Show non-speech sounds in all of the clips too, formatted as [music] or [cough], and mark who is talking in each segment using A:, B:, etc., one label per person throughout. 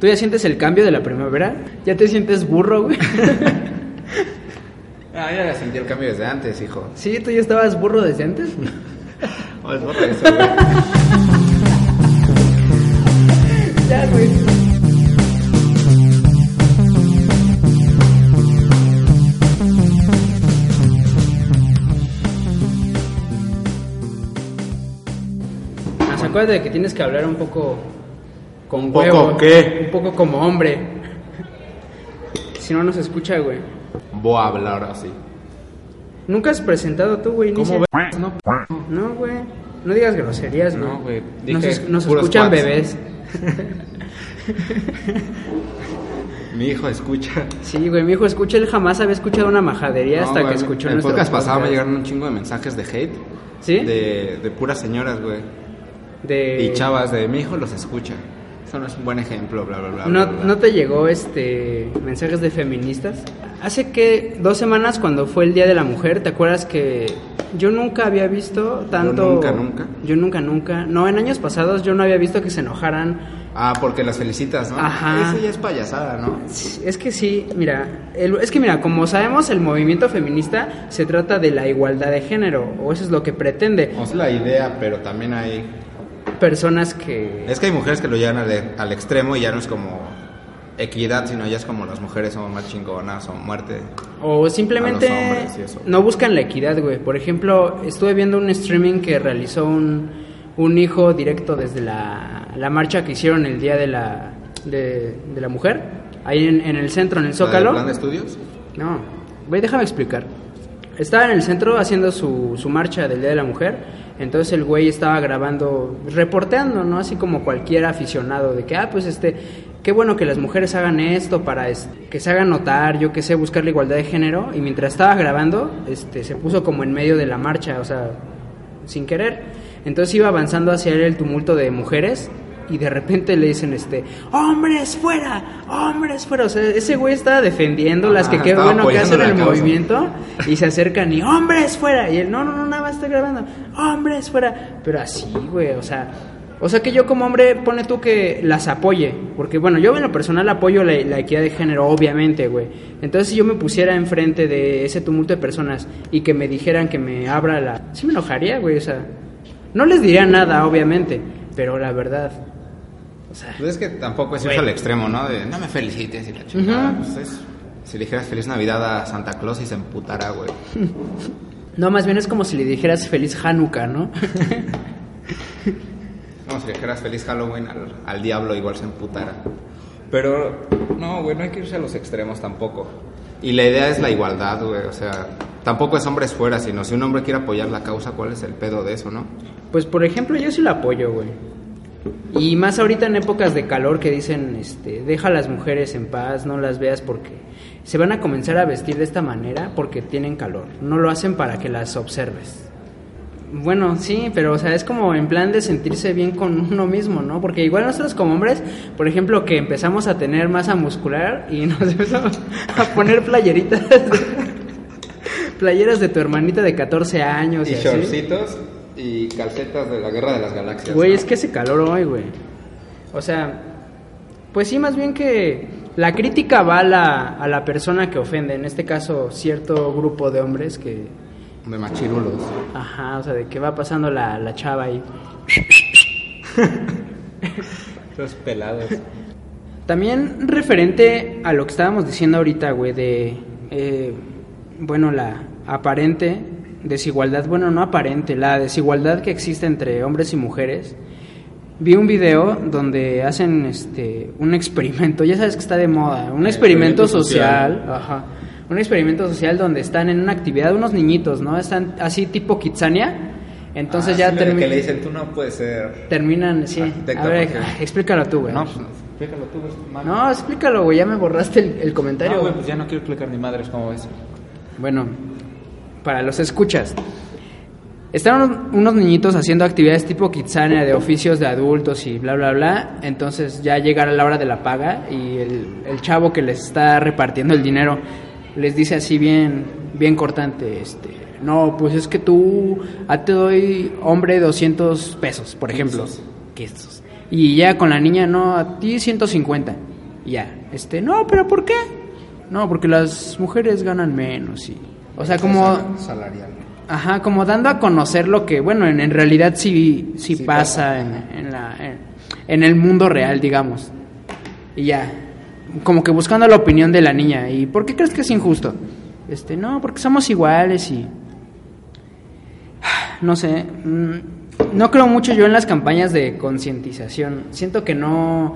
A: ¿Tú ya sientes el cambio de la primavera? ¿Ya te sientes burro, güey?
B: Ah, yo ya sentí el cambio desde antes, hijo.
A: ¿Sí? ¿Tú ya estabas burro desde
B: [laughs]
A: antes?
B: No es borra eso, güey.
A: [laughs] ya, güey. Ah, se acuerda de que tienes que hablar un poco con
B: ¿Poco
A: huevo.
B: qué?
A: Un poco como hombre. Si no nos escucha, güey.
B: Voy a hablar así.
A: Nunca has presentado tú, güey.
B: ¿Cómo
A: inicia.
B: ves? No,
A: No, güey. No digas groserías, güey.
B: No, güey.
A: Nos,
B: Dije
A: es- nos
B: puros
A: escuchan
B: cuates.
A: bebés.
B: mi hijo escucha.
A: Sí, güey. Mi hijo escucha, él jamás había escuchado una majadería
B: No,
A: hasta
B: güey,
A: que escuchó
B: En el
A: nuestro
B: podcast pasado me
A: podcast.
B: llegaron un chingo de mensajes de hate.
A: ¿Sí? Eh.
B: De, de puras señoras, güey.
A: De-
B: Y chavas de mi hijo los escucha. Eso no es un buen ejemplo, bla, bla, bla.
A: ¿No,
B: bla, bla.
A: ¿No te llegó este mensajes de feministas? Hace que dos semanas cuando fue el Día de la Mujer, ¿te acuerdas que yo nunca había visto tanto...
B: nunca, nunca.
A: Yo nunca, nunca. No, en años pasados yo no había visto que se enojaran.
B: Ah, porque las felicitas, ¿no?
A: Ajá.
B: Eso ya es payasada, ¿no?
A: Sí, Es que sí, mira, el- es que mira, como sabemos el movimiento feminista se trata de la igualdad de género, o eso es lo que pretende.
B: O sea, la idea, pero también hay...
A: Personas que...
B: Es que hay mujeres que lo llevan al, al extremo y ya no es como equidad, sino ya es como las mujeres son más chingonas o muerte.
A: O simplemente
B: A los hombres y eso.
A: no buscan la equidad, güey. Por ejemplo, estuve viendo un streaming que realizó un, un hijo directo desde la, la marcha que hicieron el Día de la, de, de la Mujer, ahí en, en el centro, en el Zócalo.
B: ¿La del plan de estudios?
A: No, güey, déjame explicar. Estaba en el centro haciendo su, su marcha del Día de la Mujer, entonces el güey estaba grabando, reporteando, ¿no? Así como cualquier aficionado de que, ah, pues este, qué bueno que las mujeres hagan esto para es- que se hagan notar, yo qué sé, buscar la igualdad de género. Y mientras estaba grabando, este, se puso como en medio de la marcha, o sea, sin querer. Entonces iba avanzando hacia él el tumulto de mujeres y de repente le dicen este, hombres fuera, hombres fuera. O sea, ese güey estaba defendiendo las que
B: Ah,
A: qué
B: estaba
A: bueno que
B: apoyando
A: hacen
B: la
A: el
B: causa.
A: movimiento y se acercan y hombres fuera. Y él, no, no, no, nada más estoy grabando, hombres fuera. Pero así, güey, o sea... O sea que yo como hombre, pone tú que las apoye, porque bueno, yo en lo personal apoyo la, la equidad de género, obviamente, güey. Entonces si yo me pusiera enfrente de ese tumulto de personas y que me dijeran que me abra la... Sí me enojaría, güey, o sea... No les diría nada, obviamente, pero la verdad... O sea...
B: Pues es que tampoco es
A: Güey.
B: irse al extremo, ¿no? De no me felicites y la chingada.
A: Ujú.
B: pues es- si le dijeras feliz Navidad a Santa Claus y se emputara, güey.
A: No, más bien es como si le dijeras feliz Hanukkah, ¿no?
B: No, si le dijeras feliz Halloween al, al diablo, igual se emputara. Pero, no, güey, no hay que irse a los extremos tampoco. Y la idea es la igualdad, güey, o sea, tampoco es hombres fuera, sino si un hombre quiere apoyar la causa, ¿cuál es el pedo de eso, no?
A: Pues por ejemplo, yo sí lo apoyo, güey. Y más ahorita en épocas de calor que dicen, este, deja a las mujeres en paz, no las veas porque se van a comenzar a vestir de esta manera porque tienen calor. No lo hacen para que las observes. Bueno, sí, pero o sea, es como en plan de sentirse bien con [laughs] uno mismo, ¿no? Porque igual nosotros como hombres, por ejemplo, que empezamos a tener masa muscular y [laughs] nos empezamos a poner playeritas, [laughs] playeras de tu hermanita de 14 años y,
B: y
A: así.
B: shortcitos y calcetas de la Guerra de las Galaxias.
A: Güey,
B: ¿no?
A: es que hace calor hoy, güey. O sea, pues sí, más bien que la crítica va a la, a la persona que ofende, en este caso cierto grupo de hombres que,
B: De machirulos.
A: ajá, o sea, de que va pasando la, la chava ahí.
B: Los pelados.
A: También referente a lo que estábamos diciendo ahorita, güey, de, eh, bueno, la aparente desigualdad, bueno, no aparente, la desigualdad que existe entre hombres y mujeres. Vi un video donde hacen este un experimento, ya sabes que está de moda, un experimento
B: experimento
A: social,
B: social.
A: ajá, un experimento social donde están en una actividad unos niñitos, ¿no? Están así tipo kitsania, entonces ya
B: que
A: termi-
B: le dicen, tú no puedes ser...
A: terminan, sí.
B: Arquitecto,
A: a ver,
B: porque-
A: explícalo tú, güey.
B: No, pues, no. Explícalo tú, ves mal.
A: No, explícalo, güey, ya me borraste el, el comentario.
B: No, güey,
A: güey.
B: pues ya no quiero explicar ni madres cómo ves.
A: Bueno, para los escuchas. Estaban unos niñitos haciendo actividades tipo kitsania de oficios de adultos y bla, bla, bla. Entonces ya llegará la hora de la paga y el, el chavo que les está repartiendo el dinero les dice así bien, bien cortante, este, no, pues es que tú, a te doy, hombre, 200 pesos, por ejemplo. Quesos. Y ya con la niña, no, a ti 150. Y ya, este, no, pero ¿por qué? No, porque las mujeres ganan menos y... O sea, como...
B: Salarial.
A: Ajá, como dando a conocer lo que, bueno, en, en realidad sí, sí,
B: Sí
A: pasa,
B: pasa,
A: en, en la, en, en el mundo real, digamos. Y ya, como que buscando la opinión de la niña. ¿Y por qué crees que es injusto? Este, no, porque somos iguales y... No sé, mm, no creo mucho yo en las campañas de concientización. Siento que no...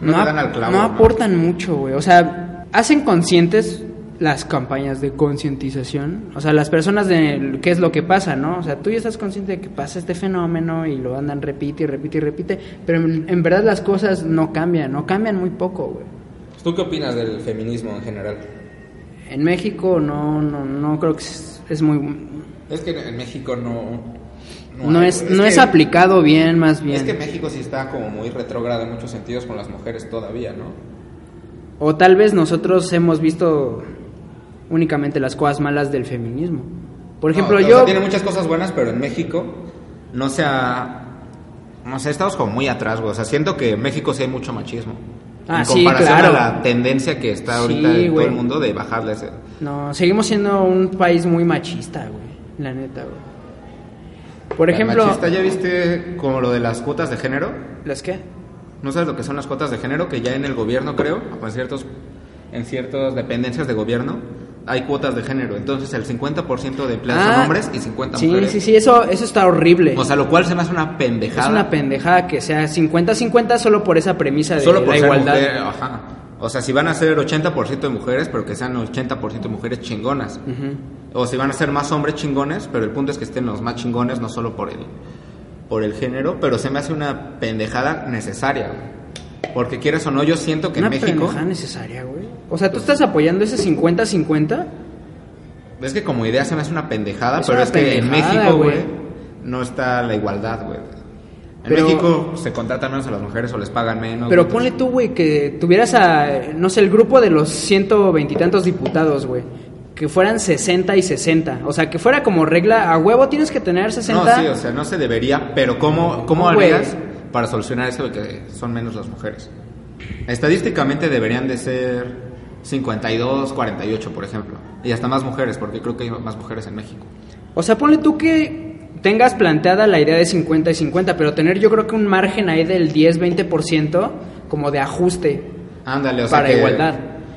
B: No le
A: ap-
B: dan al clavo,
A: no
B: ¿no?
A: aportan mucho, güey. O sea, hacen conscientes las campañas de concientización. O sea, las personas de qué es lo que pasa, ¿no? O sea, tú ya estás consciente de que pasa este fenómeno y lo andan repite y repite y repite. Pero en, en verdad las cosas no cambian, no cambian muy poco, güey.
C: ¿Tú qué opinas del feminismo en general?
A: En México no, no, no creo que es, es muy...
C: Es que en México no...
A: No
C: hay,
A: es,
C: güey.
A: no es
C: que-
A: aplicado bien, más bien.
C: Es que México sí está como muy retrógrado en muchos sentidos con las mujeres todavía, ¿no?
A: O tal vez nosotros hemos visto únicamente las cosas malas del feminismo. Por ejemplo,
C: No, o
A: yo...
C: sea, tiene muchas cosas buenas, pero en México...
B: No sea. No sé, estamos como muy atrás, güey. O sea, siento que en México sí hay mucho machismo.
A: Ah,
B: en
A: sí,
B: comparación
A: claro.
B: a la tendencia que está ahorita
A: Sí,
B: en todo
A: güey.
B: el mundo de bajarle ese.
A: No, seguimos siendo un país muy machista, güey. La neta, güey. Por
B: El
A: ejemplo,
B: machista, ¿ya viste como lo de las cuotas de género?
A: ¿las qué?
B: ¿No sabes lo que son las cuotas de género? Que ya en el gobierno, creo, o en ciertos, en ciertas dependencias de gobierno, hay cuotas de género. Entonces, el 50% de empleados son
A: Ah,
B: hombres y 50
A: Sí,
B: mujeres.
A: sí, sí, eso eso está horrible.
B: O sea, lo cual se me hace una pendejada.
A: es una pendejada que sea 50-50 solo por esa premisa de
B: Solo por
A: la
B: ser
A: igualdad.
B: mujer, ajá. O sea, si van a ser 80% de mujeres, pero que sean 80% de mujeres chingonas.
A: Ujú.
B: O si van a ser más hombres chingones, pero el punto es que estén los más chingones, no solo por el, por el género, pero se me hace una pendejada necesaria. güey. Porque quieres o no, yo siento que
A: Una
B: en México...
A: pendejada necesaria, güey. O sea, tú estás apoyando ese 50-50.
B: Es que como idea se me hace una pendejada,
A: Es
B: pero
A: una
B: es que en
A: pendejada,
B: México, güey,
A: güey.
B: no está la igualdad, güey. En
A: Pero-
B: México se contratan menos a las mujeres o les pagan menos.
A: Pero
B: güey,
A: ponle
B: entonces-
A: tú, güey, que tuvieras a, no sé, el grupo de los ciento veintitantos diputados, güey. Que fueran 60 y 60. O sea, que fuera como regla, a huevo tienes que tener 60.
B: No, sí, o sea, no se debería, pero ¿cómo, cómo
A: No, güey.
B: harías para solucionar eso de que son menos las mujeres? Estadísticamente deberían de ser 52, 48, por ejemplo. Y hasta más mujeres, porque creo que hay más mujeres en México.
A: O sea, ponle tú que tengas planteada la idea de 50 y 50, pero tener yo creo que un margen ahí del 10-20% como de ajuste.
B: Ándale, o sea
A: Para
B: que
A: igualdad.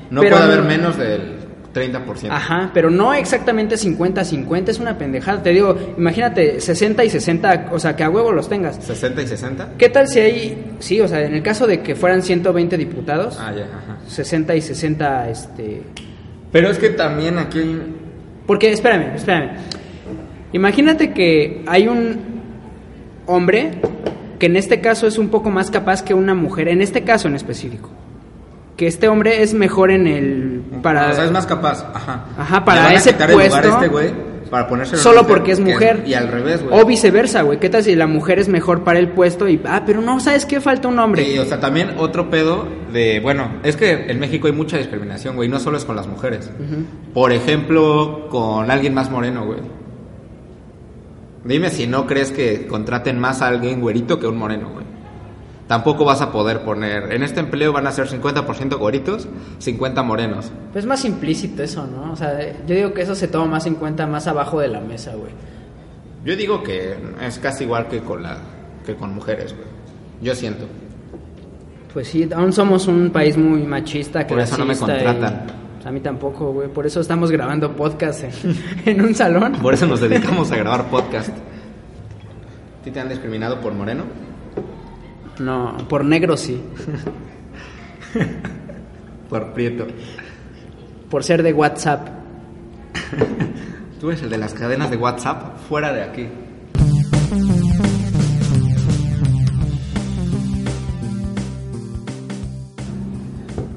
B: No
A: Pero-
B: puede haber menos del 30%.
A: Ajá, pero no exactamente 50-50, es una pendejada. Te digo, imagínate 60 y 60, o sea, que a huevo los tengas.
B: 60 y 60.
A: ¿Qué tal si hay, sí, o sea, en el caso de que fueran 120 diputados,
B: Ah, ya, ajá.
A: 60 y 60, este...
B: Pero es que también aquí
A: Porque, espérame, espérame. Imagínate que hay un hombre que en este caso es un poco más capaz que una mujer, en este caso en específico. Que este hombre es mejor en el... para...
B: o sea, es más capaz. Ajá.
A: Ajá,
B: Le
A: para
B: van a
A: ese
B: quitar el lugar
A: puesto-
B: a este güey para ponérselo a
A: Solo
B: este
A: porque es
B: que-
A: mujer.
B: Y al revés, güey.
A: O viceversa, güey. ¿Qué tal si la mujer es mejor para el puesto y... Ah, pero no, ¿sabes qué? Falta un hombre.
B: Sí, o sea, también otro pedo de, bueno, es que en México hay mucha discriminación, güey, no solo es con las mujeres. Por ejemplo, con alguien más moreno, güey. Dime si no crees que contraten más a alguien güerito que un moreno, güey. Tampoco vas a poder poner, en este empleo van a ser 50% güeritos, 50 morenos.
A: Pues es más implícito eso, ¿no? O sea, yo digo que eso se toma más en cuenta más abajo de la mesa, güey.
B: Yo digo que es casi igual que con la que con mujeres, güey. Yo siento.
A: Pues sí, aún somos un país muy machista,
B: Por eso no me
A: clasista y- pues,
B: contratan.
A: a mí tampoco, güey. Por eso estamos grabando podcast en, [laughs] en un salón.
B: Por eso nos dedicamos a grabar podcast. ¿A ti te han discriminado por moreno?
A: No, por negro sí.
B: Por prieto.
A: Por ser de WhatsApp.
B: Tú eres el de las cadenas de WhatsApp fuera de aquí.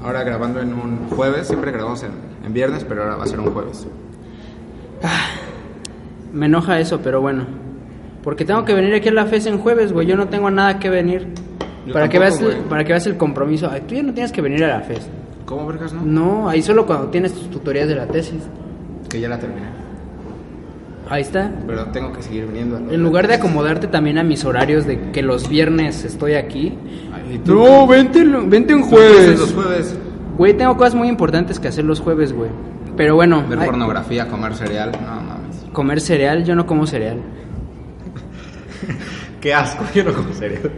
B: ahora grabando en un jueves, siempre grabamos en, en viernes, pero ahora va a ser un jueves.
A: Me enoja eso, pero bueno. Porque tengo que venir aquí a la FES en jueves, güey. Yo no tengo nada que venir.
B: Yo
A: para, que veas
B: tampoco,
A: el,
B: güey.
A: para que veas el compromiso. Ay, tú ya no tienes que venir a la FES.
B: ¿Cómo vergas, no?
A: No, ahí solo cuando tienes tus tutorías de la tesis.
B: Que ya la terminé.
A: Ahí está.
B: Pero tengo que seguir viniendo. a los-
A: En lugar de acomodarte también a mis horarios de que los viernes estoy aquí.
B: Ay, ¿y tú?
A: No, vente, vente en
B: Tú haces
A: jueves.
B: Los jueves.
A: Güey, tengo cosas muy importantes que hacer los jueves, güey. Pero bueno,
B: Ver
A: ay,
B: pornografía, comer cereal. No mames.
A: comer cereal, yo no como cereal.
B: Qué asco, yo no como cereal.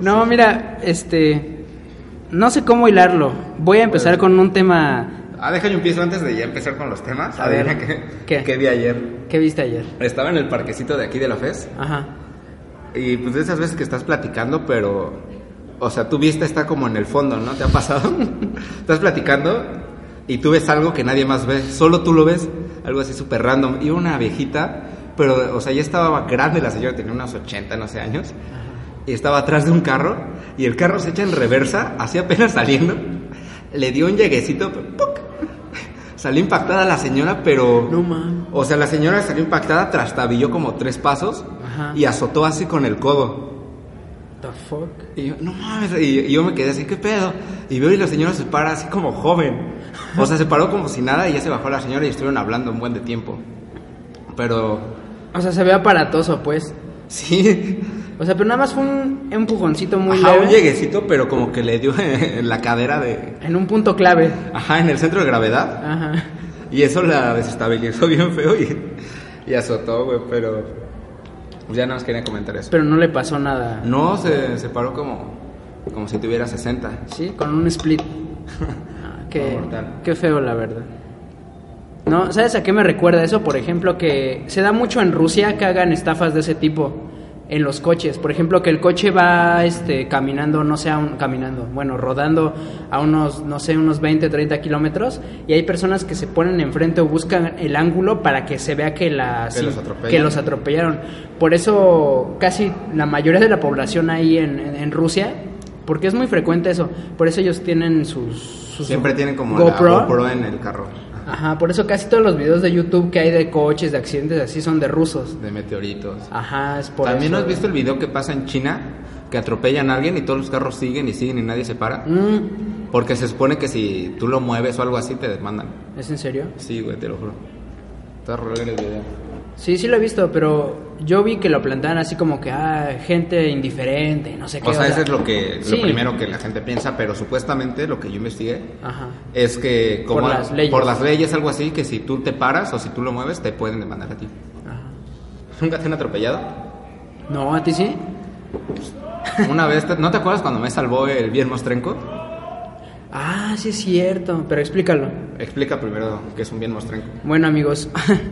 A: No, mira, este... No sé cómo hilarlo. Voy a empezar con un tema...
B: Ah, deja yo empiezo antes de ya empezar con los temas.
A: A ver,
B: Adivina
A: ¿qué?
B: qué, qué vi ayer.
A: ¿Qué viste ayer?
B: Estaba en el parquecito de aquí de la FES.
A: Ajá.
B: Y pues de esas veces que estás platicando, pero. O sea, tu vista está como en el fondo, ¿no? ¿Te ha pasado? [laughs] estás platicando y tú ves algo que nadie más ve. Solo tú lo ves. Algo así súper random. Y una viejita, pero, o sea, ya estaba grande la señora, tenía unos 80, no sé, años. Y estaba atrás de un carro. Y el carro se echa en reversa, así apenas saliendo. Le dio un lleguecito. ¡puc! Salió impactada la señora, pero.
A: No, man.
B: O sea, la señora salió impactada, trastabilló como tres pasos
A: Ajá.
B: y azotó así con el codo.
A: The fuck?
B: Y yo, no mames, y, y yo me quedé así, ¿qué pedo? Y veo y la señora se para así como joven. O sea, se paró como si nada y ya se bajó la señora y estuvieron hablando un buen de tiempo. Pero,
A: O sea, se ve aparatoso, pues.
B: sí,
A: O sea, pero nada más fue un empujoncito muy
B: ajá,
A: leve.
B: un lleguecito, pero como que le dio en la cadera de...
A: En un punto clave.
B: Ajá, en el centro de gravedad.
A: Ajá.
B: Y eso la desestabilizó bien feo y, y azotó, güey, pero... Ya nada más quería comentar eso.
A: Pero no le pasó nada.
B: No, se, se paró como, como si tuviera 60.
A: Sí, con un
B: [laughs]
A: split. Ah, qué,
B: Mortal.
A: qué feo, la verdad. No, ¿sabes a qué me recuerda eso? Por ejemplo, que se da mucho en Rusia que hagan estafas de ese tipo en los coches. Por ejemplo, que el coche va este, caminando, no sé, a un- caminando, bueno, rodando a unos, no sé, unos 20, 30 kilómetros y hay personas que se ponen enfrente o buscan el ángulo para que se vea que, la,
B: Que los atropellan.
A: que los atropellaron. Por eso casi la mayoría de la población ahí en, en- en Rusia, porque es muy frecuente eso, por eso ellos tienen sus... sus
B: Siempre tienen como
A: GoPro.
B: la GoPro en el carro
A: Ajá, por eso casi todos los videos de YouTube que hay de coches, de accidentes así son de rusos.
B: de meteoritos.
A: Ajá, es por
B: También
A: eso.
B: has visto el video que pasa en China, que atropellan a alguien y todos los carros siguen y siguen y nadie se para.
A: Mm,
B: Porque se supone que si tú lo mueves o algo así te demandan.
A: ¿Es en serio?
B: Sí, güey, te lo juro. Está horrible el video.
A: Sí, sí lo he visto, pero yo vi que lo plantean así como que, ah, gente indiferente, no sé qué.
B: O sea, eso es lo que
A: sí.
B: lo primero que la gente piensa, pero supuestamente lo que yo investigué
A: Ajá.
B: es que como
A: Por las leyes.
B: por las leyes algo así que si tú te paras o si tú lo mueves te pueden demandar a ti. [laughs]
A: ajá.
B: ¿Nunca te han atropellado?
A: No, a ti sí.
B: Una vez, te- ¿no te acuerdas cuando me salvó el bien mostrenco?
A: Ah, sí es cierto, pero explícalo.
B: Explica primero qué es un bien mostrenco.
A: Bueno, amigos,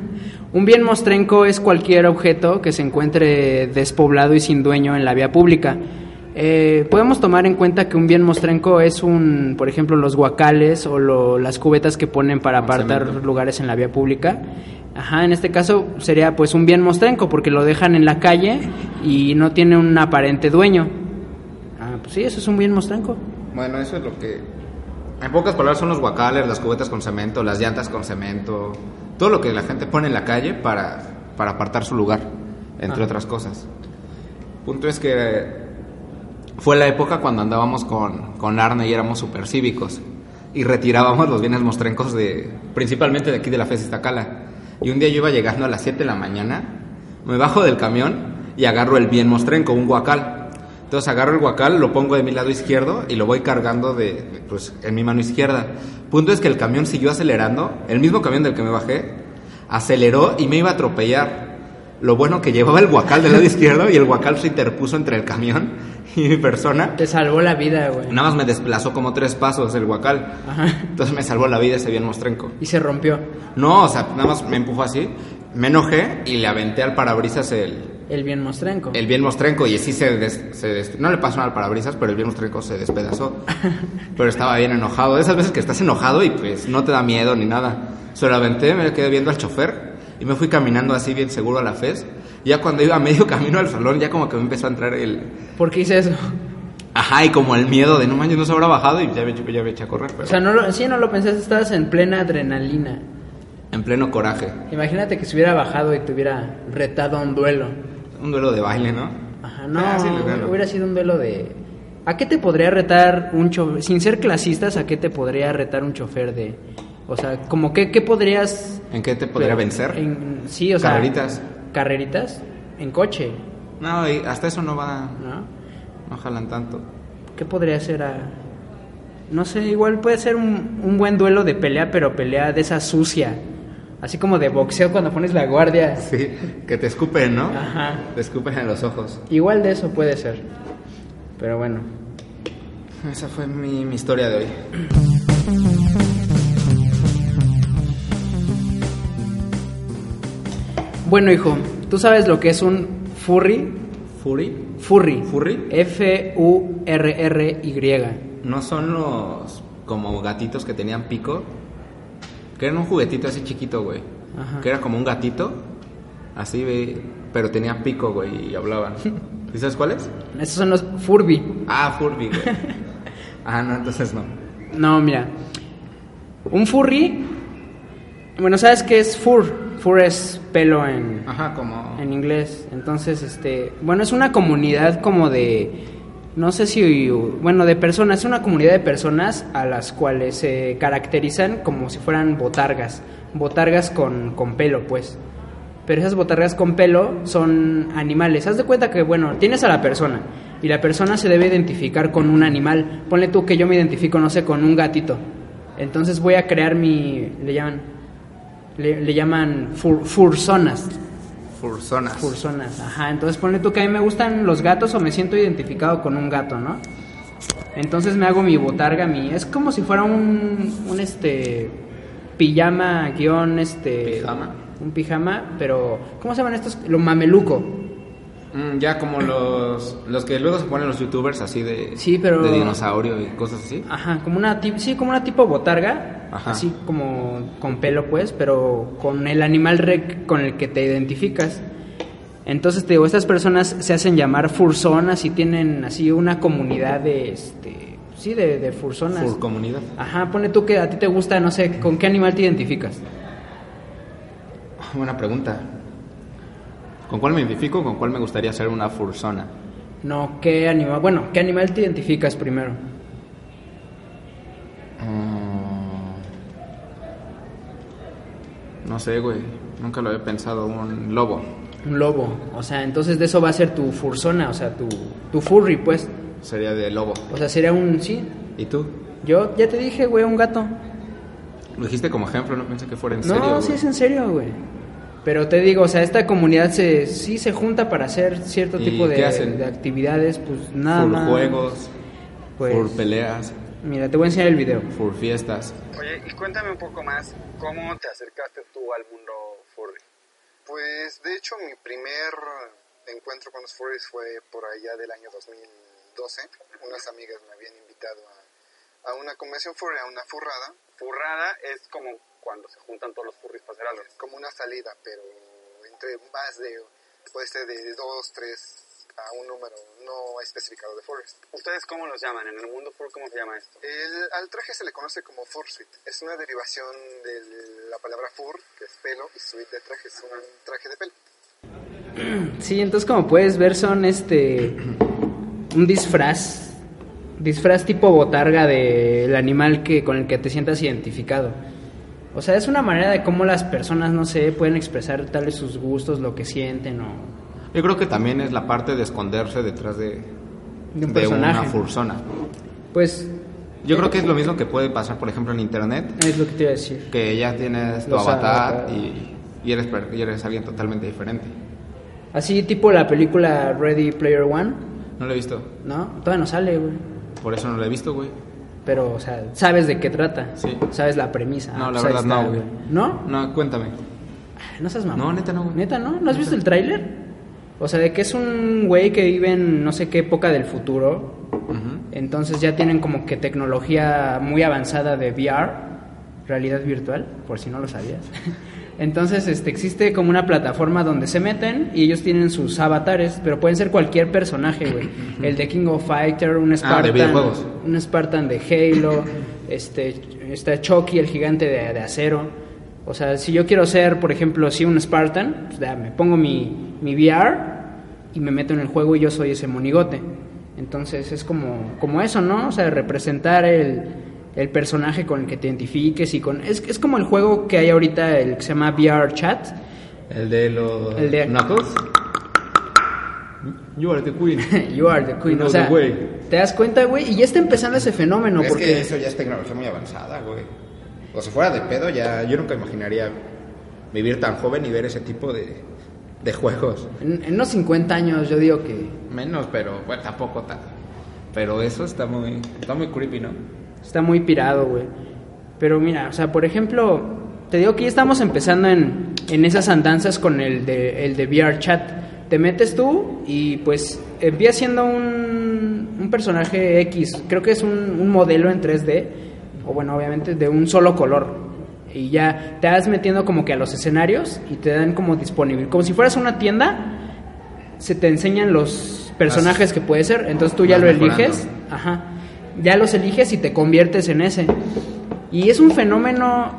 A: [laughs] un bien mostrenco es cualquier objeto que se encuentre despoblado y sin dueño en la vía pública. Eh, podemos tomar en cuenta que un bien mostrenco es un, por ejemplo, los guacales o lo- las cubetas que ponen para
B: Con
A: apartar
B: cemento.
A: lugares en la vía pública. Ajá, en este caso sería pues un bien mostrenco porque lo dejan en la calle y no tiene un aparente dueño. Ah, pues sí, eso es un bien mostrenco.
B: Bueno, eso es lo que... En pocas palabras son los guacales, las cubetas con cemento, las llantas con cemento, todo lo que la gente pone en la calle para, para apartar su lugar, entre
A: Ah.
B: otras cosas. Punto es que fue la época cuando andábamos con, con Arne y éramos supercívicos y retirábamos los bienes mostrencos de principalmente de aquí de la FES Iztacala. Y un día yo iba llegando a las 7 de la mañana, me bajo del camión y agarro el bien mostrenco, un guacal. Entonces agarro el guacal, lo pongo de mi lado izquierdo y lo voy cargando de, de, pues, en mi mano izquierda. Punto es que el camión siguió acelerando, el mismo camión del que me bajé, aceleró y me iba a atropellar. Lo bueno que llevaba el guacal del lado izquierdo y el guacal se interpuso entre el camión y mi persona.
A: Te salvó la vida, güey.
B: Nada más me desplazó como tres pasos el guacal.
A: Ajá.
B: Entonces me salvó la vida ese bien mostrenco.
A: Y se rompió
B: No, o sea, nada más me empujó así, me enojé y le aventé al parabrisas el,
A: el bien mostrenco.
B: el bien mostrenco y sí se, des- se des- no le pasó nada al parabrisas, pero el bien mostrenco se despedazó.
A: [laughs]
B: Pero estaba bien enojado. Esas veces que estás enojado y pues no te da miedo ni nada. Se lo aventé, me quedé viendo al chofer y me fui caminando así bien seguro a la [laughs] FES. Ya cuando iba a medio camino al salón, ya como que me empezó a entrar el...
A: ¿Por qué hice eso?
B: Ajá, y como el miedo de no manches, no se habrá bajado y ya me, ya me eché a correr. Pero
A: O sea, no lo, sí, no lo pensaste, estabas en plena adrenalina.
B: En pleno coraje.
A: Imagínate que se hubiera bajado y te hubiera retado a un duelo.
B: Un duelo de baile, ¿no?
A: Ajá, no,
B: Ah, sí, lo gano.
A: hubiera sido un duelo de... ¿A qué te podría retar un chofer? Sin ser clasistas, ¿a qué te podría retar un chofer de...? O sea, como que, ¿qué podrías...?
B: ¿En qué te podría
A: pero-
B: vencer?
A: en- sí, o sea...
B: Carreritas.
A: Carreritas en coche,
B: No, y hasta eso no va.
A: ¿no?
B: No jalan tanto.
A: ¿Qué podría ser a...? No sé, igual puede ser un, un buen duelo de pelea, pero pelea de esa sucia. Así como de boxeo cuando pones la guardia.
B: Sí, que te escupen, ¿no?
A: Ajá.
B: Te escupen en los ojos.
A: Igual de eso puede ser. Pero bueno.
B: Esa fue mi, mi historia de hoy.
A: Bueno, hijo, ¿tú sabes lo que es un furry?
B: ¿Fury?
A: Furry.
B: ¿Furry?
A: F-U-R-R-Y.
B: ¿No son los como gatitos que tenían pico? Que eran un juguetito así chiquito, güey.
A: Ajá.
B: Que era como un gatito. Así, güey. Pero tenía pico, güey, y [laughs] hablaban. ¿Y sabes cuáles?
A: Esos son los Furby.
B: Ah, Furby, [laughs] güey. ah, no, entonces no.
A: No, mira. Un furry. Bueno, ¿sabes qué es fur? Fur es pelo en,
B: Ajá, como.
A: en inglés. Entonces, este. Bueno, es una comunidad como de. No sé si. Bueno, de personas. Es una comunidad de personas a las cuales se caracterizan como si fueran botargas. Botargas con, con pelo, pues. Pero esas botargas con pelo son animales. Haz de cuenta que, bueno, tienes a la persona y la persona se debe identificar con un animal. Ponle tú que yo me identifico, no sé, con un gatito. Entonces voy a crear mi. Le llaman. Le, le llaman fur- furzonas.
B: Furzonas.
A: Furzonas, ajá. Entonces ponle tú que a mí me gustan los gatos o me siento identificado con un gato, ¿no? Entonces me hago mi botarga, mi... Es como si fuera un, un este, pijama, guión, este...
B: ¿Pijama?
A: Un pijama, pero... ¿Cómo se llaman estos? Lo mameluco.
B: Mm, ya como los, los que luego se ponen los youtubers así de,
A: Sí, pero-
B: de dinosaurio y cosas así.
A: Ajá, como una tipo... Sí, como una tipo botarga.
B: Ajá.
A: Así como con pelo, pues, pero con el animal rec con el que te identificas. Entonces te digo, estas personas se hacen llamar furzonas y tienen así una comunidad de este sí de, de furzonas.
B: Fur comunidad.
A: Ajá, pone tú que a ti te gusta, no sé, ¿con qué animal te identificas? [laughs]
B: Buena pregunta. ¿Con cuál me identifico? ¿Con cuál me gustaría ser una fursona?
A: No, ¿qué animal? Bueno, ¿qué animal te identificas primero?
B: Mm, No sé, güey. Nunca lo había pensado. Un lobo.
A: Un lobo. O sea, entonces de eso va a ser tu fursona, o sea, tu, tu furry, pues.
B: Sería de lobo.
A: O sea, sería un, sí.
B: ¿Y tú?
A: Yo ya te dije, güey, un gato.
B: Lo dijiste como ejemplo, no pensé que fuera en
A: no,
B: serio.
A: sí
B: güey.
A: es en serio, güey. Pero te digo, o sea, esta comunidad se, sí se junta para hacer cierto
B: ¿Y
A: tipo de,
B: qué hacen?
A: de actividades, pues nada
B: Fur
A: más.
B: juegos,
A: Pues,
B: fur peleas,
A: mira, te voy a enseñar el video.
B: fur fiestas.
D: Oye, y cuéntame un poco más, ¿cómo te acercaste tú al mundo furry?
E: Pues de hecho mi primer encuentro con los furries fue por allá del año 2012. Unas amigas me habían invitado a, a una convención furry, a una furrada,
D: Furrada es como cuando se juntan todos los furries para hacer algo.
E: como una salida, pero entre más de, puede ser de dos, tres a un número no especificado de furries.
D: ¿Ustedes cómo los llaman? En el mundo furry, ¿cómo se llama esto?
E: El, al traje se le conoce como fursuit. Es una derivación de la palabra fur, que es pelo, y suit de traje, es un traje de pelo.
A: Sí, entonces como puedes ver son este un disfraz, disfraz tipo botarga del animal que con el que te sientas identificado. O sea, es una manera de cómo las personas, no sé, pueden expresar tal vez sus gustos, lo que sienten o
B: Yo creo que también es la parte de esconderse detrás de,
A: de un
B: de una
A: personaje.
B: fursona.
A: pues
B: Yo creo que es lo mismo que puede pasar, por ejemplo, en internet,
A: es lo que te iba a decir.
B: que ya tienes tu
A: Los
B: avatar
A: avatars.
B: y, y eres, per- y eres alguien totalmente diferente.
A: Así tipo la película Ready Player One,
B: No lo he visto,
A: ¿no? Todavía no sale, güey.
B: por eso no lo he visto, güey.
A: Pero, o sea, sabes de qué trata.
B: Sí.
A: Sabes la premisa.
B: No,
A: Ah,
B: la
A: pues ahí
B: verdad no,
A: está,
B: güey.
A: ¿No?
B: No, cuéntame.
A: No seas mamón.
B: No, neta no, güey.
A: ¿Neta no? ¿No has visto el tráiler? O sea, de que es un güey que vive en no sé qué época del futuro.
B: Ujú.
A: Entonces ya tienen como que tecnología muy avanzada de VR, realidad virtual, por si no lo sabías. Entonces, este, existe como una plataforma donde se meten y ellos tienen sus avatares, pero pueden ser cualquier personaje, güey. El de King of Fighter, un Spartan,
B: videojuegos.
A: un Spartan de Halo, este, está Chucky, el gigante de, de acero. O sea, si yo quiero ser, por ejemplo, si un Spartan, pues, ya, me pongo mi, mi VR y me meto en el juego y yo soy ese monigote. Entonces es como, como eso, ¿no? O sea, representar el, el personaje con el que te identifiques y con... Es, es como el juego que hay ahorita, el que se llama VR Chat. [laughs]
B: El de los
A: El de-
B: Knuckles. You are
A: [laughs]
B: the queen.
A: you are the queen.
B: No,
A: o sea,
B: güey.
A: te das cuenta, güey, y ya está empezando ese fenómeno.
B: es
A: porque
B: que eso ya es tecnología muy avanzada, güey. O si fuera de pedo, ya yo nunca imaginaría vivir tan joven y ver ese tipo de, de juegos.
A: en, en unos 50 años yo digo que...
B: Menos, pero bueno, tampoco tanto. Pero eso está muy, está muy creepy, ¿no?
A: Está muy pirado, güey. Pero mira, o sea, por ejemplo, te digo que ya estamos empezando en, en esas andanzas con el de, el de VR Chat. Te metes tú y pues envías siendo un, un personaje X. Creo que es un, un modelo en 3D, o bueno, obviamente de un solo color. Y ya te vas metiendo como que a los escenarios y te dan como disponible. Como si fueras una tienda, se te enseñan los personajes que puede ser, entonces tú ya
B: vas
A: lo
B: mejorando.
A: eliges, ajá, ya los eliges y te conviertes en ese. Y es un fenómeno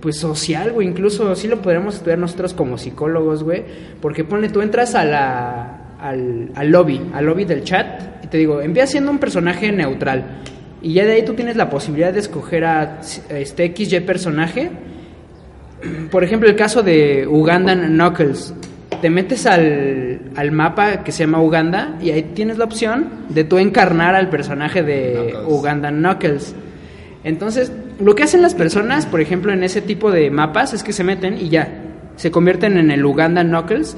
A: pues social, güey, incluso sí lo podríamos estudiar nosotros como psicólogos, güey, porque ponle tú entras a la al, al lobby, al lobby del chat y te digo, envía siendo un personaje neutral y ya de ahí tú tienes la posibilidad de escoger a este XY personaje por ejemplo, el caso de Ugandan Knuckles. Te metes al, al mapa que se llama Uganda y ahí tienes la opción de tú encarnar al personaje de
B: Knuckles.
A: Ugandan Knuckles. Entonces, lo que hacen las personas, por ejemplo, en ese tipo de mapas es que se meten y ya, se convierten en el Ugandan Knuckles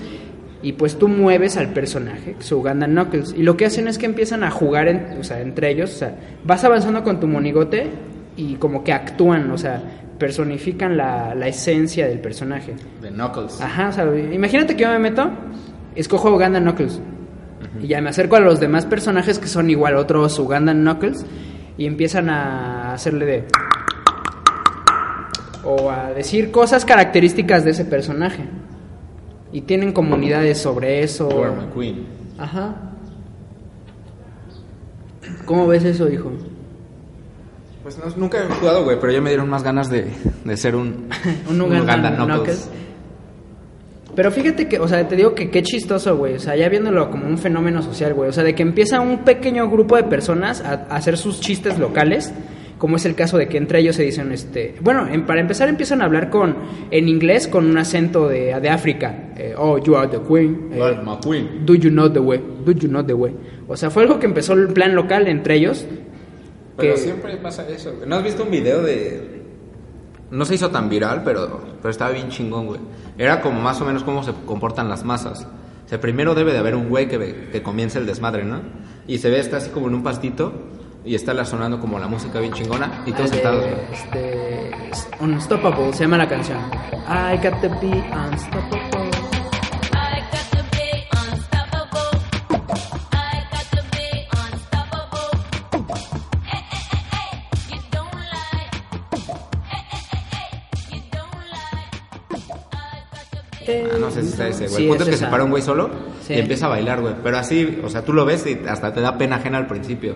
A: y pues tú mueves al personaje, que es Ugandan Knuckles. Y lo que hacen es que empiezan a jugar en- o sea, entre ellos, o sea, vas avanzando con tu monigote y como que actúan, o sea, personifican la, la esencia del personaje.
B: De Knuckles.
A: Ajá, o sea, imagínate que yo me meto, escojo Ugandan Knuckles. Y ya me acerco a los demás personajes que son igual otros Ugandan Knuckles y empiezan a hacerle de... O a decir cosas características de ese personaje. Y tienen comunidades sobre eso.
B: You are my queen.
A: Ajá. ¿Cómo ves eso, hijo?
C: Pues no, nunca he jugado, güey, pero ya me dieron más ganas de, de ser un,
A: [laughs] un Ugandan, Knuckles. Pero fíjate que, o sea, te digo que qué chistoso, güey. O sea, ya viéndolo como un fenómeno social, güey. O sea, de que empieza un pequeño grupo de personas a, a hacer sus chistes locales. Como es el caso de que entre ellos se dicen, este... Bueno, en- para empezar empiezan a hablar con... En inglés con un acento de, de África. Eh, oh, you are the queen. Eh,
B: You are my queen.
A: do you know the way? Do you know the way? O sea, fue algo que empezó el plan local entre ellos.
C: Pero
A: que-
C: siempre pasa eso. güey. ¿No has visto un video de...?
B: No se hizo tan viral, pero, pero estaba bien chingón, güey. Era como más o menos cómo se comportan las masas. O sea, primero debe de haber un güey que, ve- que comience el desmadre, ¿no? Y se ve, está así como en un pastito y está la- sonando como la música bien chingona y todos
A: de-
B: sentados, güey.
A: Eh, este, Unstoppable se llama la canción. I got to be unstoppable.
F: I got to be unstoppable. I got to be unstoppable. Hey, hey, hey, hey, you don't lie. Hey, hey, hey, hey, you don't lie. I got to be.
B: Ah, no sé si está ese, güey.
A: Sí,
B: el punto es que
A: esa.
B: se para un güey solo
A: Sí.
B: y empieza a bailar, güey. Pero así, o sea, tú lo ves y hasta te da pena ajena al principio.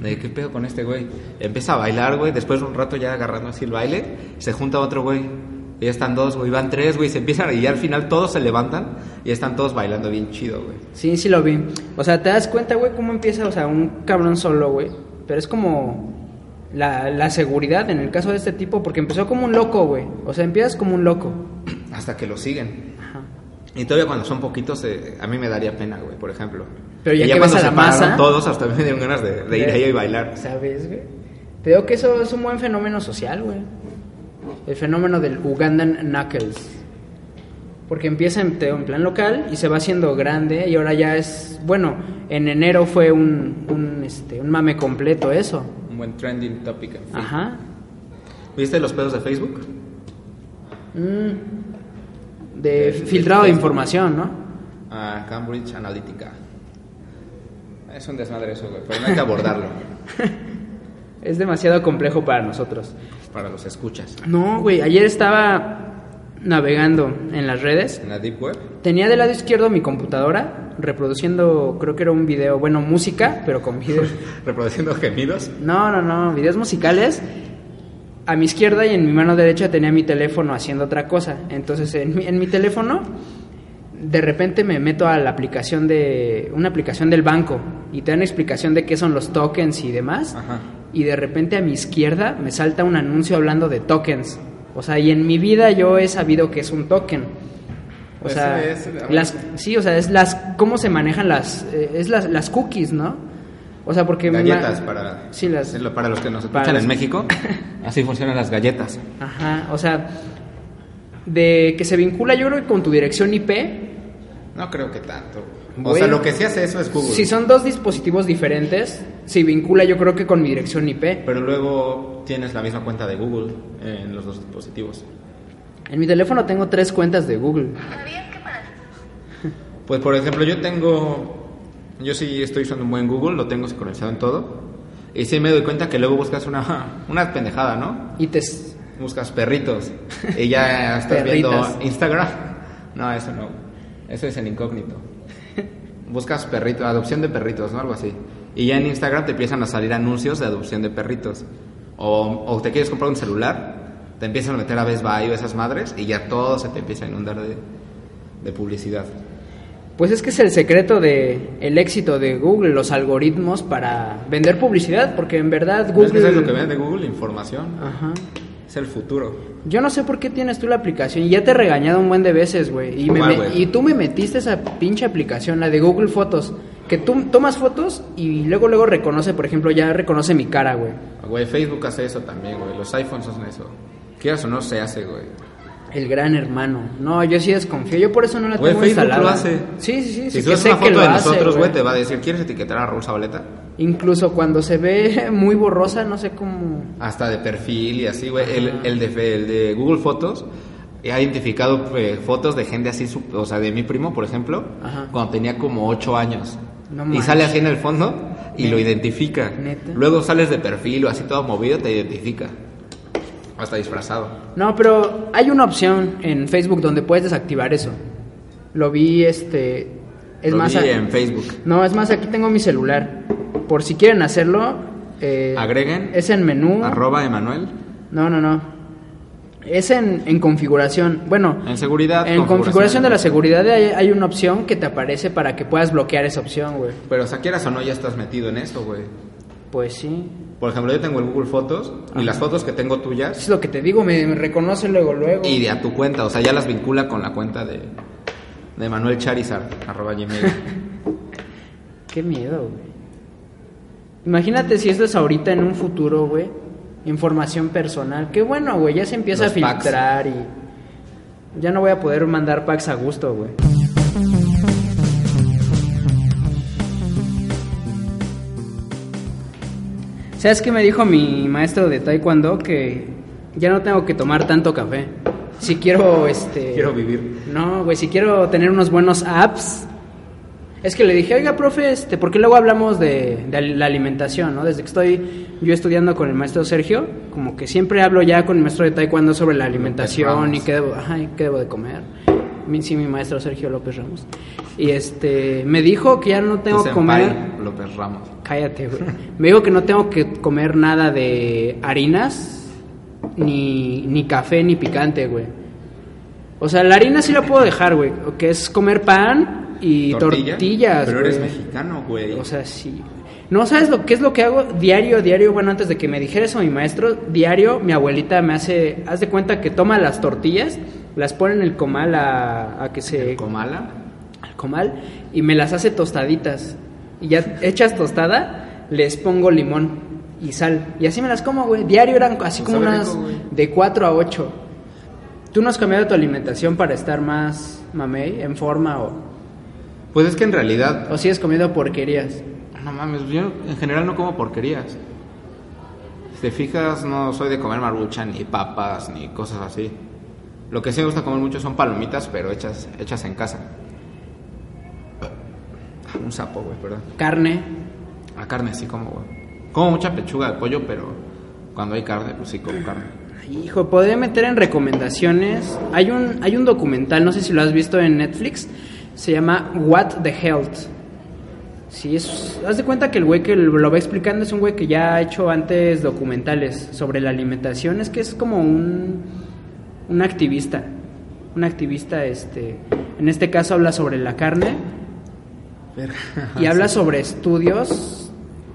B: De qué pedo con este güey. Empieza a bailar, güey. Después de un rato ya agarrando así el baile, se junta otro güey. Y ya están dos, güey. Van tres, güey. Se empiezan y ya al final todos se levantan y están todos bailando bien chido, güey.
A: Sí, sí lo vi. O sea, te das cuenta, güey, cómo empieza, o sea, un cabrón solo, güey. Pero es como la, la seguridad en el caso de este tipo, porque empezó como un loco, güey. O sea, empiezas como un loco.
B: Hasta que lo siguen.
A: Ajá.
B: Y todavía cuando son poquitos, eh, a mí me daría pena, güey, por ejemplo.
A: Pero ya
B: Y
A: que ves
B: cuando
A: a
B: se
A: la
B: pararon
A: masa-
B: todos, hasta me dieron ganas de, de ir ahí y bailar.
A: ¿Sabes, güey? Te digo que eso es un buen fenómeno social, güey. El fenómeno del Ugandan Knuckles. Porque empieza en, te digo, en plan local y se va haciendo grande y ahora ya es... Bueno, en enero fue un, un, este, un mame completo eso.
C: Un buen trending topic. en Facebook.
A: Ajá.
B: ¿Viste los pedos de Facebook?
A: Mm. De
B: Eh,
A: filtrado de
B: eh,
A: información, ¿no?
B: a Cambridge Analytica.
C: Es un desmadre eso, güey.
B: Pero no hay que abordarlo
A: Es demasiado complejo para nosotros.
B: para los escuchas.
A: No, güey, ayer estaba navegando en las redes.
B: En la Deep Web. [laughs]
A: Tenía del lado izquierdo mi computadora reproduciendo, creo que era un video, bueno, música, pero con video.
B: [laughs] Reproduciendo gemidos.
A: No, no, no, videos musicales. A mi izquierda y en mi mano derecha tenía mi teléfono haciendo otra cosa. Entonces en mi, en mi teléfono de repente me meto a la aplicación de una aplicación del banco y te dan explicación de qué son los tokens y demás.
B: Ajá.
A: Y de repente a mi izquierda me salta un anuncio hablando de tokens. O sea, y en mi vida yo he sabido que es un token. O
B: Pues
A: sea,
B: sí, es-
A: las, sí, o sea, es las cómo se manejan las eh, es las, las cookies, ¿no? O sea, porque me-
B: Galletas para,
A: Sí, las
B: es lo- para los que nos
A: para
B: escuchan
A: los- [laughs]
B: en México. Así funcionan las galletas.
A: Ajá, o sea, de que se vincula yo creo que con tu dirección IP.
B: No creo que tanto. O
A: Güey.
B: sea, lo que sí hace eso es Google.
A: Si son dos dispositivos diferentes, se vincula yo creo que con mi dirección IP.
B: Pero luego tienes la misma cuenta de Google en los dos dispositivos.
A: En mi teléfono tengo tres cuentas de Google.
B: Pues por ejemplo, yo tengo. Yo sí estoy usando un buen Google, lo tengo sincronizado en todo. Y sí me doy cuenta que luego buscas una, [laughs] una pendejada, ¿no?
A: Y te s-
B: Buscas perritos. Y ya estás
A: Perritas.
B: viendo Instagram. No, eso no. Eso es el incógnito. Buscas perritos, adopción de perritos, ¿no? Algo así. Y ya en Instagram te empiezan a salir anuncios de adopción de perritos. O, o te quieres comprar un celular, te empiezan a meter a Best Buy o esas madres y ya todo se te empieza a inundar de, de publicidad.
A: pues es que es el secreto de el éxito de Google, los algoritmos para vender publicidad, porque en verdad Google
B: ¿Sabes qué es lo que vende Google? Información.
A: Ajá.
B: Es el futuro.
A: Yo no sé por qué tienes tú la aplicación. Y ya te he regañado un buen de veces, güey. Y, me-
B: ¿Cuál,
A: me-
B: güey?
A: y tú me metiste esa pinche aplicación, la de Google Fotos. Que tú tomas fotos y luego, luego reconoce, por ejemplo, ya reconoce mi cara, güey.
B: Güey, Facebook hace eso también, güey. Los iPhones hacen eso. Quieras o no, se hace, güey.
A: El gran hermano. No, yo sí desconfío. Yo por eso no la
B: Güey,
A: tengo
B: Facebook
A: instalada.
B: lo hace.
A: Sí, sí, sí.
B: Si
A: sí
B: tú
A: que
B: haces
A: sé
B: una
A: que
B: foto
A: lo
B: de
A: hace,
B: nosotros, güey, te va a decir, ¿quieres etiquetar a Raúl Zabaleta?
A: Incluso cuando se ve [laughs] muy borrosa, no sé cómo.
B: Hasta de perfil y así, güey. El, el de, el de Google Fotos ha identificado eh, fotos de gente así, su- o sea, de mi primo, por ejemplo,
A: Ajá.
B: cuando tenía como 8 años.
A: No
B: y
A: manches.
B: sale así en el fondo y lo identifica.
A: ¿Neta?
B: Luego sales de perfil o así todo movido, te identifica. Hasta disfrazado.
A: No, pero hay una opción en Facebook donde puedes desactivar eso. Lo vi, este. Es
B: Lo
A: más.
B: vi
A: a-
B: en Facebook.
A: No, es más, aquí tengo mi celular. Por si quieren hacerlo. eh,
B: Agreguen.
A: Es en menú.
B: Arroba Emanuel.
A: No, no, no. Es en, en configuración. Bueno.
B: En seguridad.
A: En configuración de la seguridad hay, hay una opción que te aparece para que puedas bloquear esa opción, güey.
B: Pero o sea, quieras o no, ya estás metido en eso, güey.
A: Pues sí.
B: Por ejemplo, yo tengo el Google Fotos y las fotos que tengo tuyas
A: Es lo que te digo, me, me reconoce luego, luego.
B: y de a tu cuenta, o sea, ya las vincula con la cuenta de, de Manuel Charizard, arroba [laughs] gmail.
A: Qué miedo, güey. Imagínate si esto es ahorita en un futuro, güey. Información personal. Qué bueno, güey. Ya se empieza
B: Los
A: a
B: packs.
A: filtrar y. Ya no voy a poder mandar packs a gusto, güey. ¿Sabes qué me dijo mi maestro de taekwondo? Que ya no tengo que tomar tanto café. Si quiero, este...
B: Quiero vivir.
A: No, güey, si quiero tener unos buenos apps. Es que le dije, oiga, profe, este, porque luego hablamos de, de la alimentación, ¿no? Desde que estoy yo estudiando con el maestro Sergio, como que siempre hablo ya con el maestro de taekwondo sobre la alimentación
B: Ramos.
A: y qué debo, ajá, y qué debo de comer. Mi- Sí, mi maestro Sergio López Ramos. Y este, me dijo que ya no tengo
B: Tu
A: que
B: senpai,
A: comer...
B: López Ramos.
A: Cállate, güey. Me digo que no tengo que comer nada de harinas, ni, ni café, ni picante, güey. O sea, la harina sí la puedo dejar, güey. o Que es comer pan y
B: ¿Tortilla?
A: tortillas,
B: Pero eres
A: güey.
B: mexicano, güey.
A: O sea, sí. No sabes lo que es lo que hago diario, diario. Bueno, antes de que me dijera eso mi maestro, diario mi abuelita me hace. Haz de cuenta que toma las tortillas, las pone en el comal a, a que se
B: Comala.
A: al comal y me las hace tostaditas. Y ya hechas tostada, les pongo limón y sal. Y así me las como, güey. Diario eran así
B: Pues
A: como
B: sabe
A: unas
B: rico, güey.
A: de 4 a 8. ¿Tú no has cambiado tu alimentación para estar más mamey, en forma o,
B: Pues es que en realidad,
A: o sigues comiendo porquerías?
B: no mames, yo en general no como porquerías. Si te fijas, no soy de comer marucha, ni papas, ni cosas así. Lo que sí me gusta comer mucho son palomitas, pero hechas, hechas en casa. Un sapo, güey, perdón.
A: Carne.
B: La carne sí como, güey. Como mucha pechuga de pollo, pero cuando hay carne, pues sí como carne.
A: Hijo, podría meter en recomendaciones. Hay un, hay un documental, no sé si lo has visto en Netflix, se llama What the Health. Sí, es, haz de cuenta que el güey que lo va explicando es un güey que ya ha hecho antes documentales sobre la alimentación, es que es como un, un activista, un activista, este, en este caso habla sobre la carne [laughs] y
B: Ah,
A: habla sobre estudios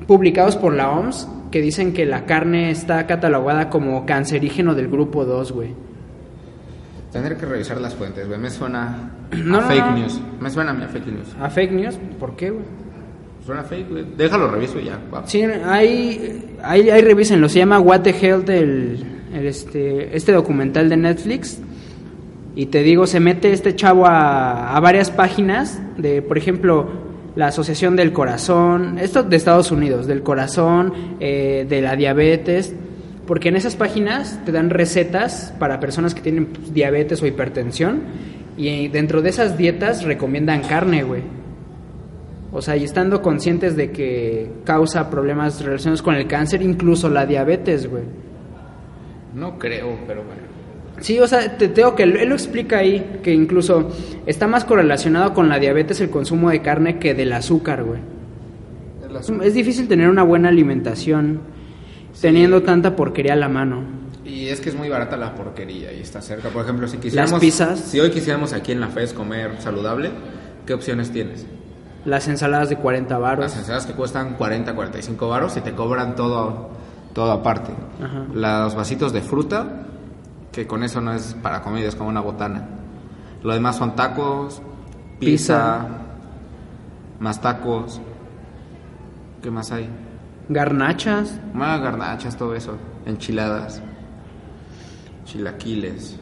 A: publicados por la OMS que dicen que la carne está catalogada como cancerígeno del grupo 2, güey.
B: Tendré que revisar las fuentes, güey.
A: [clears throat]
B: Me suena a
A: No, no,
B: fake
A: no.
B: news. Me suena a mí a fake news.
A: A fake news, ¿por qué, güey?
B: Suena fake, güey. Déjalo, reviso y ya. va.
A: Sí, ahí, ahí, ahí revísenlo. Se llama What the Health, el, el este, este documental de Netflix. Y te digo, se mete este chavo a, a varias páginas de, por ejemplo, la Asociación del Corazón, esto de Estados Unidos, del corazón, eh, de la diabetes, porque en esas páginas te dan recetas para personas que tienen pues, diabetes o hipertensión y dentro de esas dietas recomiendan carne, güey. O sea, y estando conscientes de que causa problemas relacionados con el cáncer, incluso la diabetes, güey.
B: No creo, pero bueno.
A: Sí, o sea, te tengo que él, él lo explica ahí que incluso está más correlacionado con la diabetes el consumo de carne que del azúcar, güey. Es difícil tener una buena alimentación teniendo tanta porquería a la mano.
B: Y es que es muy barata la porquería y está cerca. Por ejemplo, si quisiéramos.
A: pizzas.
B: Si hoy quisiéramos aquí en la FES comer saludable, ¿qué opciones tienes?
A: Las ensaladas de 40
B: Las
A: baros.
B: ensaladas que cuestan 40, 45 baros y te cobran todo, todo aparte.
A: Ajá.
B: Los vasitos de fruta, que con eso no es para comida, es como una botana. Lo demás son tacos, pizza,
A: Pizza.
B: más tacos. ¿Qué más hay?
A: Garnachas.
B: Más garnachas, todo eso. Enchiladas, chilaquiles.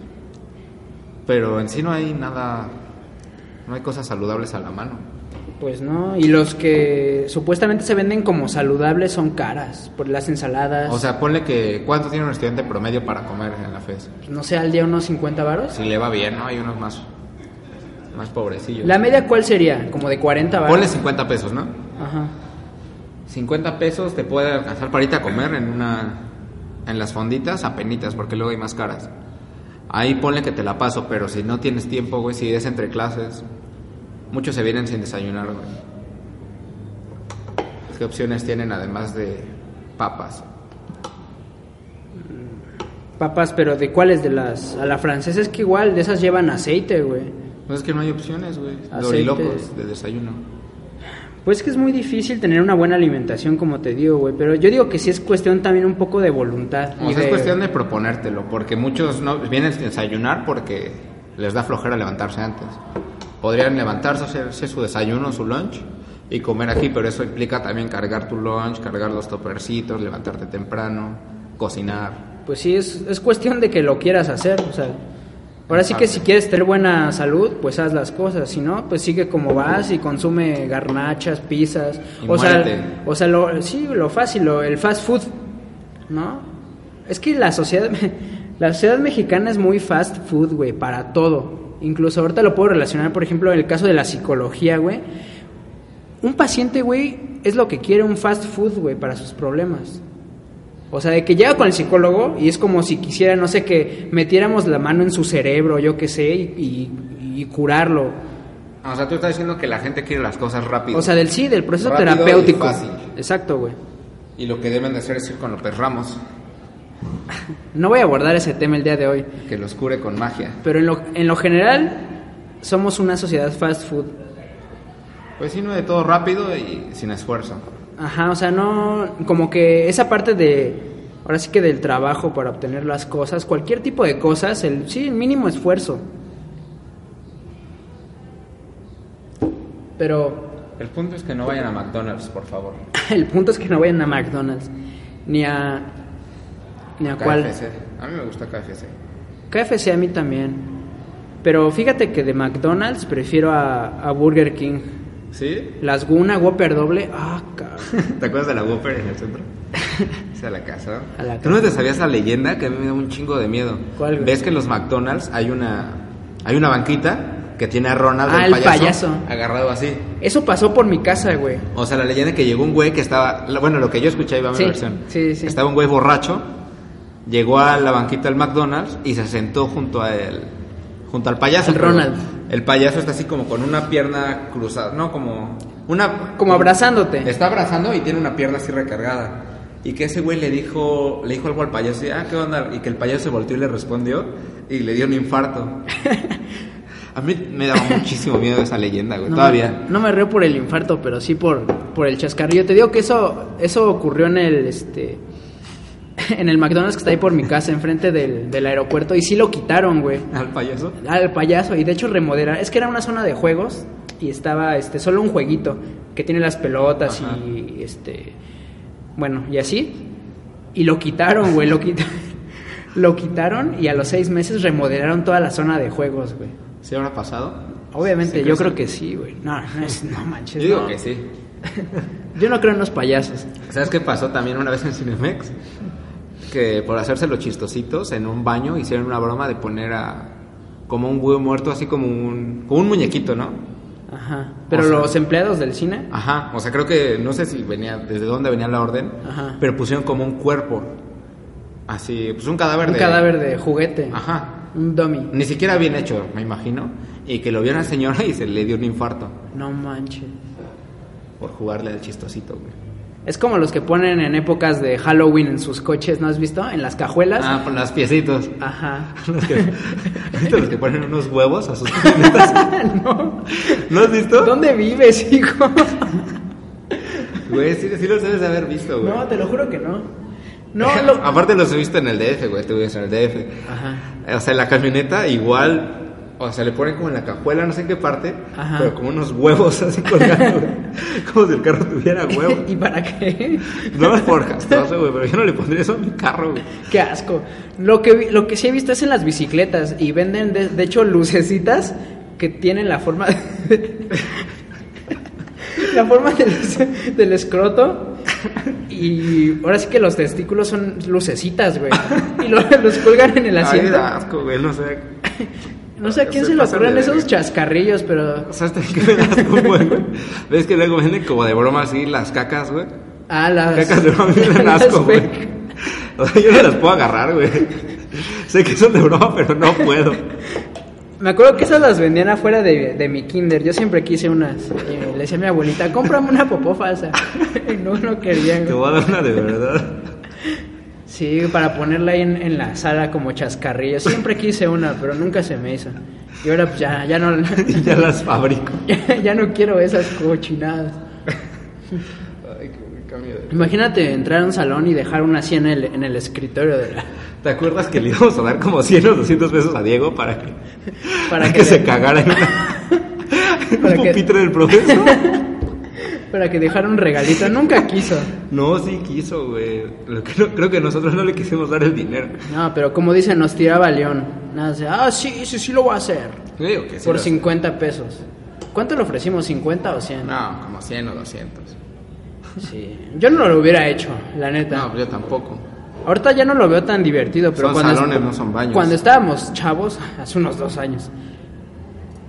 B: Pero en sí no hay nada, no hay cosas saludables a la mano.
A: Pues no, y los que supuestamente se venden como saludables son caras, por las ensaladas.
B: O sea, ponle que cuánto tiene un estudiante promedio para comer en la FES.
A: no sé, al día unos 50 varos.
B: Si le va bien, ¿no? Hay unos más, más pobrecillos.
A: ¿La media cuál sería? Como de 40 varos.
B: Ponle 50 pesos, ¿no?
A: Ajá.
B: 50 pesos te puede alcanzar para irte a comer en una en las fonditas a penitas, porque luego hay más caras. Ahí ponle que te la paso, pero si no tienes tiempo, güey, si es entre clases, muchos se vienen sin desayunar, güey. ¿Qué opciones tienen además de papas?
A: Papas, pero ¿de cuáles? De las... A la francesa es que igual, de esas llevan aceite, güey.
B: No es que no hay opciones, güey.
A: Aceite.
B: Dorilocos de desayuno.
A: Pues es que es muy difícil tener una buena alimentación, como te digo, güey. Pero yo digo que sí es cuestión también un poco de voluntad.
B: O
A: y
B: sea, Pues es
A: de-
B: cuestión de proponértelo, porque muchos no vienen sin desayunar porque les da flojera levantarse antes. Podrían levantarse, hacerse su desayuno, su lunch y comer aquí, pero eso implica también cargar tu lunch, cargar los topercitos, levantarte temprano, cocinar.
A: Pues sí, es, es cuestión de que lo quieras hacer, o sea... Ahora sí que si quieres tener buena salud, pues haz las cosas. Si no, pues sigue como vas y consume garnachas, pizzas.
B: Y
A: o
B: muérete.
A: sea, o sea, lo, sí, lo fácil, lo- el fast food, ¿no? Es que la sociedad, [laughs] la sociedad mexicana es muy fast food, güey, para todo. Incluso ahorita lo puedo relacionar, por ejemplo, en el caso de la psicología, güey. Un paciente, güey, es lo que quiere un fast food, güey, para sus problemas. O sea, de que llega con el psicólogo y es como si quisiera, no sé, que metiéramos la mano en su cerebro, yo qué sé, y, y- y curarlo.
B: O sea, tú estás diciendo que la gente quiere las cosas rápido.
A: O sea, del sí, del proceso
B: Rápido y
A: terapéutico.
B: fácil.
A: Exacto, güey.
B: Y lo que deben de hacer es ir con López Ramos,
A: No voy a abordar ese tema el día de hoy.
B: que los cure con magia.
A: Pero en lo, en lo general, somos una sociedad fast food.
B: Pues sí, no de todo rápido y sin esfuerzo.
A: Ajá, o sea, no. Como que esa parte de. Ahora sí que del trabajo para obtener las cosas, cualquier tipo de cosas, el, sí, el mínimo esfuerzo. Pero
B: El punto es que no vayan a McDonald's, por favor.
A: [laughs] el punto es que no vayan a McDonald's, ni a. ni a cuál.
B: KFC. A mí me gusta KFC.
A: KFC a mí también. Pero fíjate que de McDonald's prefiero a, a Burger King.
B: ¿Sí?
A: Las Guna, Whopper doble. Ah, cabrón. [laughs]
B: ¿Te acuerdas de la Whopper en el centro? O sea, la casa.
A: A la
B: ¿Tú no te sabías la leyenda que a mí me da un chingo de miedo?
A: ¿Cuál, güey?
B: ¿Ves que en los McDonald's hay una hay una banquita que tiene a Ronald
A: Ah, el payaso.
B: agarrado así?
A: Eso pasó por mi casa, güey.
B: O sea, la leyenda que llegó un güey que estaba, la- bueno, lo que yo escuché iba a mi
A: Sí,
B: versión.
A: sí, sí.
B: Estaba un güey borracho llegó a la banquita del McDonald's y se sentó junto a él, junto al payaso.
A: Al
B: pero
A: Ronald.
B: El payaso está así como con una pierna cruzada, no como una
A: Como abrazándote.
B: le está abrazando y tiene una pierna así recargada. Y que ese güey le dijo, le dijo algo al payaso, y, ah, ¿qué onda? Y que el payaso se volteó y le respondió y le dio un infarto. [laughs] A mí me daba muchísimo miedo esa leyenda, güey.
A: No
B: Todavía.
A: me- no me río por el infarto, pero sí por, por el chascarrillo. Te digo que eso, eso ocurrió en el este [laughs] en el McDonald's que está ahí por mi casa, enfrente del, del aeropuerto, y sí lo quitaron, güey.
B: Al payaso.
A: Al payaso, y de hecho remodelaron. Es que era una zona de juegos y estaba este solo un jueguito que tiene las pelotas
B: Ajá.
A: y este. Bueno, y así. Y lo quitaron, güey, lo quitaron. [laughs] Lo quitaron y a los seis meses remodelaron toda la zona de juegos, güey.
B: ¿Se habrá pasado?
A: Obviamente,
B: ¿Sí
A: yo
B: crees?
A: creo que sí, güey. No, no, es, no manches.
B: Yo digo
A: no.
B: que sí.
A: Yo no creo en los payasos.
B: ¿Sabes qué pasó también una vez en Cinemex? Que por hacerse los chistositos en un baño hicieron una broma de poner a como un güey muerto, así como un, como un muñequito, ¿no?
A: Ajá. Pero
B: O sea-
A: los empleados del cine.
B: Ajá, o sea, creo que no sé si venía, desde dónde venía la orden,
A: Ajá.
B: pero pusieron como un cuerpo, así, pues un cadáver
A: Un
B: de...
A: cadáver de juguete.
B: Ajá,
A: Un dummy.
B: ni siquiera bien hecho, me imagino, y que lo vio una señora y se le dio un infarto
A: No manches.
B: por jugarle al chistosito, güey.
A: Es como los que ponen en épocas de Halloween en sus coches, ¿no has visto? En las cajuelas.
B: Ah, con las piecitos.
A: Ajá.
B: [laughs] Los que, ¿Has visto los que ponen unos huevos a sus camionetas?
A: [laughs] no.
B: ¿No has visto?
A: ¿Dónde vives,
B: [laughs]
A: hijo?
B: Güey, sí, sí los debes de haber visto, güey.
A: no, te lo juro que no.
B: [laughs]
A: No, [laughs] lo...
B: Aparte los he visto en el DF, güey, tú vives en el DF.
A: Ajá.
B: O sea, la camioneta igual, o sea, le ponen como en la cajuela, no sé en qué parte,
A: Ajá.
B: pero como unos huevos [laughs] así colgando, güey. como si el carro tuviera huevos.
A: ¿Y para qué?
B: No es por castroso, güey, pero yo no le pondría eso a mi carro, güey.
A: Qué asco. Lo que, vi- lo que sí he visto es en las bicicletas y venden, de, de hecho, lucecitas que tienen la forma de- [laughs] la forma del, del escroto. Y ahora sí que los testículos son lucecitas, güey. Y lo- los colgan en el
B: Ay,
A: asiento.
B: da asco, güey, no sé.
A: No sé a quién
B: Se
A: se le
B: pasan
A: ocurren
B: de
A: esos
B: verga.
A: chascarrillos, pero.
B: O sea, hasta que me da asco, güey, güey. ¿Ves que luego venden como de broma así las cacas, güey?
A: Ah, las.
B: Cacas de broma a mí
A: [laughs]
B: me dan
A: las
B: asco, güey.
A: fake.
B: O sea, yo no las puedo agarrar, güey. Sé que son de broma, pero no puedo.
A: Me acuerdo que esas las vendían afuera de, de mi kinder. Yo siempre quise unas. Y le decía a mi abuelita, cómprame una popó falsa. [laughs] Y no, no quería. güey.
B: Te voy a dar una de verdad.
A: Sí, para ponerla ahí en, en la sala como chascarrillo. Siempre quise una, pero nunca se me hizo. Y ahora pues, ya, ya no... [laughs]
B: Y ya las fabrico.
A: ya, ya no quiero esas cochinadas. Imagínate entrar a un salón y dejar una así en el, en el escritorio de la-
B: ¿Te acuerdas que le íbamos a dar como 100 o 200 pesos a Diego para que,
A: Para que
B: [laughs] que se
A: le-
B: cagara en,
A: [laughs]
B: una, en
A: Para
B: un
A: que-
B: pupitre del profesor?
A: [laughs] para que dejara un regalito. Nunca quiso.
B: No, sí quiso, güey. Lo que no- creo que nosotros no le quisimos dar el dinero.
A: No, pero como dicen, nos tiraba León. Nada, dice, ah, sí, sí, sí lo voy a hacer.
B: Yo digo que sí
A: Por
B: lo-
A: 50 pesos. ¿Cuánto le ofrecimos? ¿50 o 100?
B: No, como 100 o 200.
A: Sí. Yo no lo hubiera hecho, la neta.
B: No, yo tampoco.
A: Ahorita ya no lo veo tan divertido, pero
B: Son
A: cuando
B: salones, no son baños.
A: Cuando estábamos chavos, [laughs] hace unos dos años.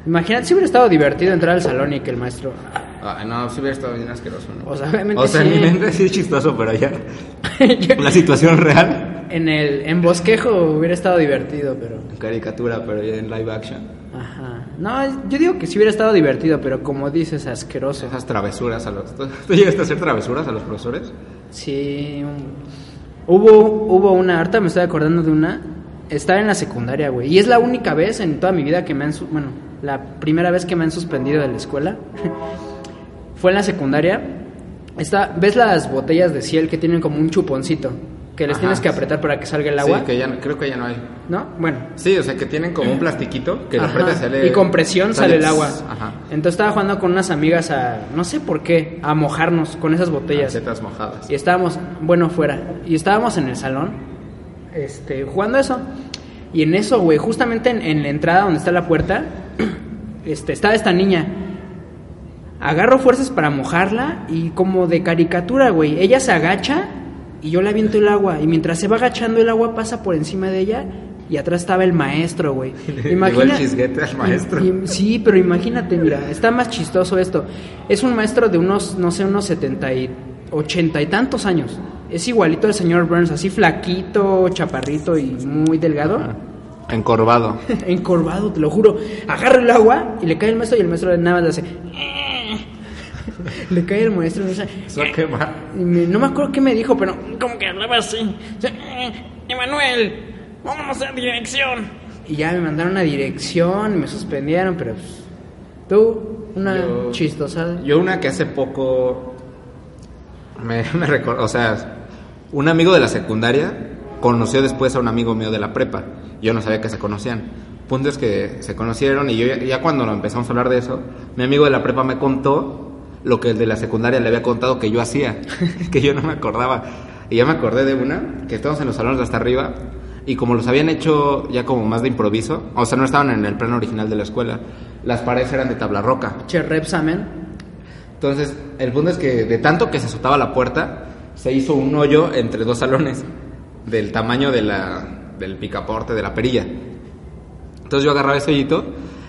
A: Imagínate, si hubiera estado divertido entrar al salón y que el maestro.
B: Ay, Ah, no, sí hubiera estado bien asqueroso, ¿no?
A: O sea, obviamente
B: O sea, en
A: sí. [laughs]
B: mi [laughs] mente sí es chistoso, pero ya.
A: Yo-
B: La situación real.
A: en el en bosquejo hubiera estado divertido, pero.
B: En caricatura, pero ya en live action.
A: Ajá. No, yo digo que sí hubiera estado divertido, pero como dices, asqueroso.
B: Esas travesuras a los. ¿Tú, tú llegaste a hacer travesuras a los profesores?
A: Sí. un- Hubo, hubo una, ahorita me estoy acordando de una. Estaba en la secundaria, güey. Y es la única vez en toda mi vida que me han. su- Bueno, la primera vez que me han suspendido de la escuela. [laughs] Fue en la secundaria. Está, ¿Ves las botellas de ciel que tienen como un chuponcito? Que les
B: Ajá,
A: tienes que
B: sí.
A: apretar para que salga el agua.
B: Sí, que ya no- creo que ya no hay.
A: ¿No? Bueno.
B: Sí, o sea, que tienen como un plastiquito que lo
A: Ajá,
B: apretas y sale.
A: y con presión sale, el agua.
B: Ajá.
A: Entonces estaba jugando con unas amigas a, no sé por qué, a mojarnos con esas botellas.
B: Setas mojadas.
A: Y estábamos, bueno, fuera. Y estábamos en el salón, este, jugando eso. Y en eso, güey, justamente en, en la entrada donde está la puerta, [clears throat] este, estaba esta niña. Agarro fuerzas para mojarla y como de caricatura, güey. Ella se agacha y yo le aviento el agua. Y mientras se va agachando, el agua pasa por encima de ella y atrás estaba el maestro,
B: [laughs]
A: güey.
B: Le llegó el chisguete al maestro.
A: Y- y- sí, pero imagínate, mira, está más chistoso esto. Es un maestro de unos, no sé, unos 70 y 80 y tantos años. Es igualito al señor Burns, así flaquito, chaparrito y muy delgado.
B: Encorvado.
A: [laughs] Encorvado, te lo juro. Agarra el agua y le cae el maestro y el maestro nada más le hace. [laughs] le cae el maestro y dice.
B: Eso quema.
A: y me- no me acuerdo qué me dijo, pero como que hablaba así. "Eh, Emanuel, vámonos a dirección. Y ya me mandaron a dirección, me suspendieron, pero pues, tú, una
B: Yo-
A: chistosada.
B: Yo una que hace poco me, [laughs] me recor- o sea, un amigo de la secundaria conoció después a un amigo mío de la prepa. Yo no sabía que se conocían. Punto es que se conocieron y yo ya, ya cuando empezamos a hablar de eso, mi amigo de la prepa me contó lo que el de la secundaria le había contado que yo hacía, [laughs] que yo no me acordaba. Y ya me acordé de una, que estábamos en los salones de hasta arriba y como los habían hecho ya como más de improviso, o sea, no estaban en el plano original de la escuela, las paredes eran de tabla roca.
A: Che, Repsamen.
B: Entonces, el punto es que de tanto que se azotaba la puerta, se hizo un hoyo entre dos salones del tamaño de la, del picaporte, de la perilla. Entonces yo agarraba ese hoyito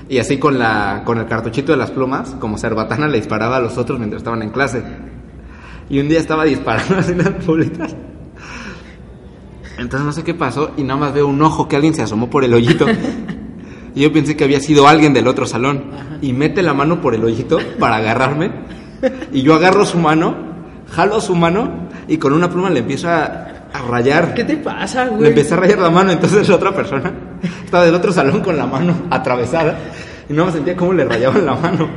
B: y así con, la, con el cartuchito de las plumas, como cerbatana, le disparaba a los otros mientras estaban en clase. Y un día estaba disparando [laughs] así las públicas. Entonces no sé qué pasó y nada más veo un ojo que alguien se asomó por el hoyito. Y yo pensé que había sido alguien del otro salón. Y mete la mano por el hoyito para agarrarme. Y yo agarro su mano, jalo su mano y con una pluma le empiezo a, a rayar.
A: ¿Qué te pasa,
B: Le
A: güey?
B: empecé a rayar la mano, entonces la otra persona [laughs] estaba del otro salón con la mano atravesada y no me sentía cómo le rayaban la mano.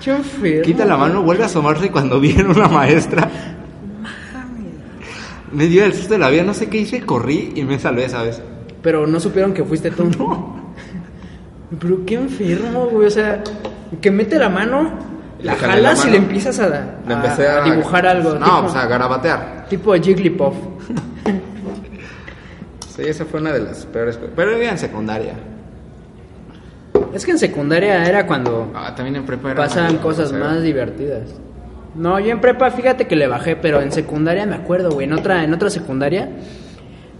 A: Che, enfermo,
B: Quita la
A: güey.
B: mano, vuelve a asomarse y cuando viene una maestra. Me dio el susto de la vida, no sé qué hice, corrí y me salvé, ¿sabes?
A: Pero no supieron que fuiste tú. [laughs] Pero qué enfermo, güey. O sea, que mete la mano,
B: Le
A: la
B: jalé la
A: jalas y
B: mano.
A: le empiezas a,
B: Le
A: a-
B: empecé
A: a dibujar algo.
B: Ah, No,
A: tipo,
B: pues a garabatear.
A: tipo Jigglypuff.
B: Sí, esa fue una de las peores. co- Pero vivía en secundaria.
A: Es que en secundaria era cuando
B: Ah, también en prepa era
A: pasaban
B: más-
A: cosas
B: grosero.
A: más divertidas. No, yo en prepa, fíjate que le bajé, pero en secundaria me acuerdo, güey. En otra, en otra secundaria,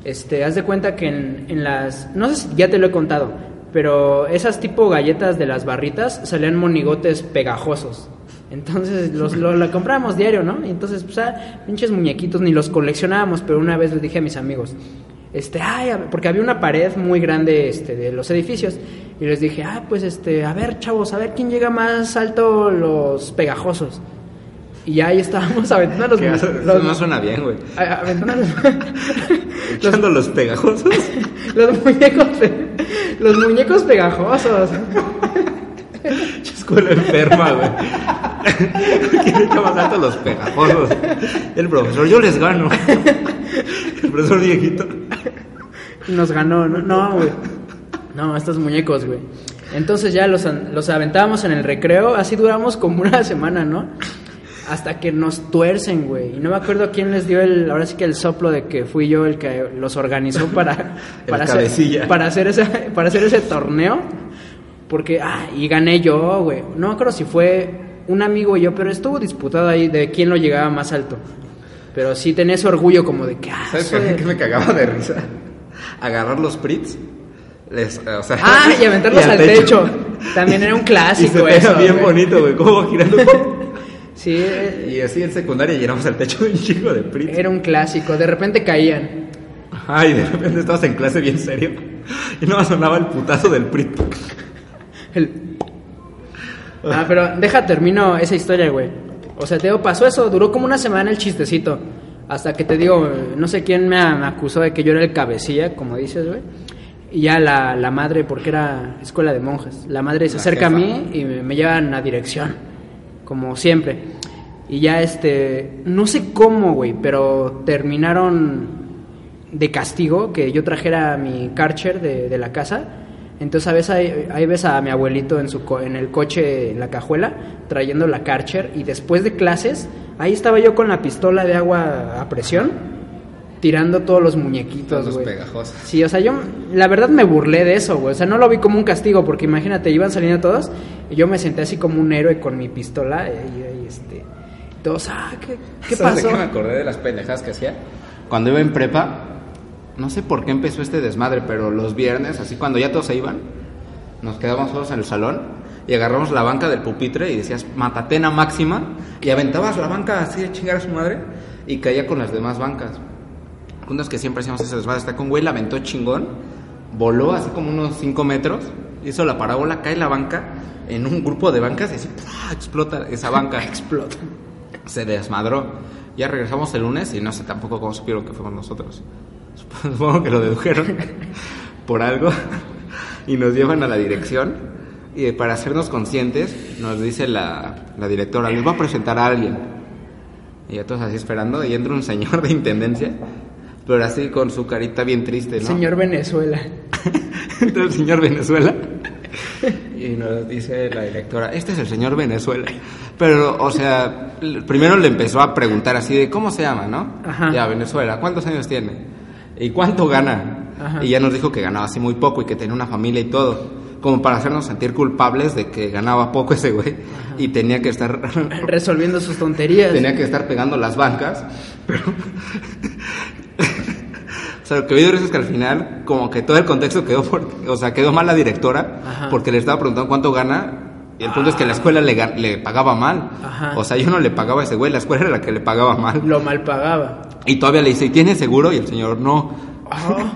A: este, haz de cuenta que en, en las. No sé si ya te lo he contado, pero esas tipo galletas de las barritas salían monigotes pegajosos. Entonces los, lo, lo compramos diario, ¿no? Y entonces, pues, ah, pinches muñequitos, ni los coleccionábamos, pero una vez les dije a mis amigos, este, ay, a ver, porque había una pared muy grande este, de los edificios, y les dije, ah, pues este, a ver, chavos, a ver quién llega más alto los pegajosos. Y ahí estábamos [laughs] aventando los,
B: Qué asco, Eso
A: los-
B: no suena bien, güey.
A: a- aventando los- los
B: Echando los pegajosos.
A: [laughs] los muñecos, pe- los muñecos pegajosos.
B: Escuela enferma, [laughs] güey. ¿Quién echa más alto los pegajosos? El profesor, yo les gano. El profesor viejito.
A: Y Nos ganó, no, no, güey. No, estos muñecos, güey. Entonces ya los, an- los aventábamos en el recreo, así duramos como una semana, ¿no? Hasta que nos tuercen, güey. Y no me acuerdo quién les dio el, ahora sí que el soplo de que fui yo el que los [laughs] organizó para,
B: El
A: para,
B: cabecilla.
A: hacer, para, hacer, ese, para hacer ese torneo. Porque, ah, y gané yo, güey. No me acuerdo si fue un amigo y yo, pero estuvo disputado ahí de quién lo llegaba más alto. Pero sí tenés orgullo como de que, ah,
B: ¿Sabes
A: soy
B: qué,
A: el-
B: qué me cagaba de risa? Agarrar los prits. Les, eh, o sea,
A: Ah, y
B: [laughs]
A: aventarlos al techo. También era un
B: Y se
A: clásico
B: pega
A: eso.
B: bien
A: güey.
B: bonito, güey. Como va girando.
A: Sí, eh,
B: y así en secundaria llenamos el techo de un chico de prits.
A: era un clásico. De repente caían.
B: Ay, de repente estabas en clase bien serio. Y nada más sonaba el putazo del prit.
A: El- Ah, pero deja, termino esa historia, güey. O sea, te digo, pasó eso. Duró como una semana el chistecito. Hasta que te digo, eh, no sé quién me, me acusó de que yo era el cabecilla, como dices, güey. Y ya la, la madre, porque era escuela de monjas, la madre se
B: La
A: acerca
B: jefa.
A: a mí y me, me llevan a dirección, como siempre. Y ya este, no sé cómo, güey, pero terminaron de castigo que yo trajera mi Karcher de, de la casa. Entonces a veces ahí, ahí ves a mi abuelito en, su co- en el coche, en la cajuela, trayendo la Karcher. Y después de clases, ahí estaba yo con la pistola de agua a presión, tirando todos los muñequitos,
B: Todos los
A: güey.
B: pegajosos.
A: Sí, o sea, yo la verdad me burlé de eso, güey. O sea, no lo vi como un castigo, porque imagínate, iban saliendo todos y yo me senté así como un héroe con mi pistola y, y, este. Todos, ah, ¿qué, qué
B: [laughs] ¿Sabes de
A: pasó?
B: qué me acordé de las pendejadas que hacía? Cuando iba en prepa, no sé por qué empezó este desmadre, pero los viernes, así cuando ya todos se iban, nos quedábamos solos en el salón y agarramos la banca del pupitre y decías matatena máxima y aventabas la banca así de chingar a su madre y caía con las demás bancas. Unos que siempre hacíamos ese desmadre, está con güey, la aventó chingón, voló así como unos 5 metros, hizo la parábola, cae la banca en un grupo de bancas y así ¡pua! explota esa banca. explota. Se desmadró. Ya regresamos el lunes y no sé tampoco cómo supieron que fuimos nosotros. [laughs] Supongo que lo dedujeron por algo y nos llevan a la dirección. Y para hacernos conscientes, nos dice la, la directora, les va a presentar a alguien. Y ya todos así esperando, y entra un señor de intendencia, pero así con su carita bien triste, ¿no?
A: Señor Venezuela.
B: Entra [laughs] el señor Venezuela. Y nos dice la directora, este es el señor Venezuela. Pero, o sea, l- primero le empezó a preguntar así de, ¿cómo se llama, no?
A: Ajá.
B: Ya, Venezuela, ¿cuántos años tiene? ¿Y cuánto gana?
A: Ajá.
B: Y ya nos dijo que ganaba así muy poco y que tenía una familia y todo. Como para hacernos sentir culpables de que ganaba poco ese güey y tenía que estar [laughs]
A: Resolviendo sus tonterías.
B: tenía que estar pegando las bancas, pero... [laughs] O sea, lo que vi de risa es que al final, como que todo el contexto quedó, por- o sea, quedó mal la directora,
A: Ajá.
B: porque le estaba preguntando cuánto gana, y el punto es que la escuela le, ga- le pagaba mal.
A: Ajá.
B: O sea, yo no le pagaba a ese güey, la escuela era la que le pagaba mal.
A: Lo mal
B: [laughs]
A: pagaba.
B: Y todavía le dice, ¿y tiene seguro? Y el señor, no. [laughs]
A: Ah,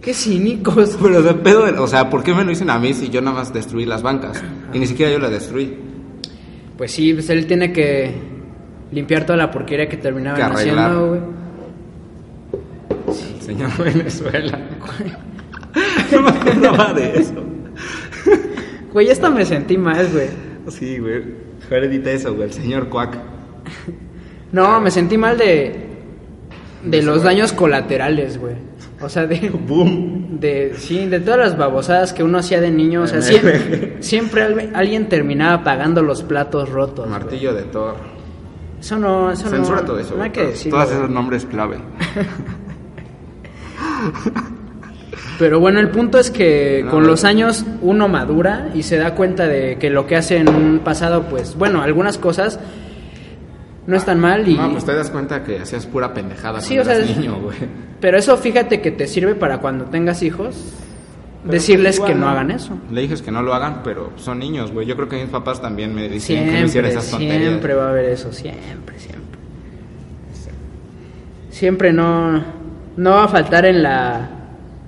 A: qué cínicos.
B: Pero, o sea, pedo, de- o sea, ¿por qué me lo dicen a mí si yo nada más destruí las bancas? Y ni siquiera yo las destruí. [laughs]
A: Pues sí, pues él tiene que limpiar toda la porquería que
B: Que
A: terminaban
B: arreglar.
A: haciendo, güey.
B: El señor Venezuela. [laughs] no me acordaba de eso.
A: Güey, ya hasta me sentí mal, güey.
B: Sí, güey. Mejor edita eso, güey. El señor Cuac.
A: No, me sentí mal de de los daños colaterales, güey. O sea, de
B: [laughs] Boom.
A: de sí, de todas las babosadas que uno hacía de niño, o sea,
B: [laughs]
A: siempre, siempre al- alguien terminaba pagando los platos rotos. güey.
B: Martillo de Thor.
A: Eso no, eso no-
B: Censura todo eso.
A: No hay
B: güey.
A: que decirlo.
B: Todos
A: güey.
B: esos nombres clave.
A: Pero bueno, el punto es que
B: No,
A: con
B: no.
A: los años uno madura y se da cuenta de que lo que hace en un pasado, pues bueno, algunas cosas no están mal y...
B: No, pues te das cuenta que hacías pura pendejada
A: Sí, o
B: cuando
A: sea,
B: eras
A: es-
B: niño, güey.
A: Pero eso fíjate que te sirve para cuando tengas hijos, decirles
B: pues igual,
A: que no
B: ¿no?
A: hagan eso.
B: Le dices que no lo hagan, pero son niños, güey. Yo creo que mis papás también me decían que no hiciera
A: Siempre,
B: esas tonterías.
A: siempre va a haber eso, siempre, siempre. Siempre no, no va a faltar en la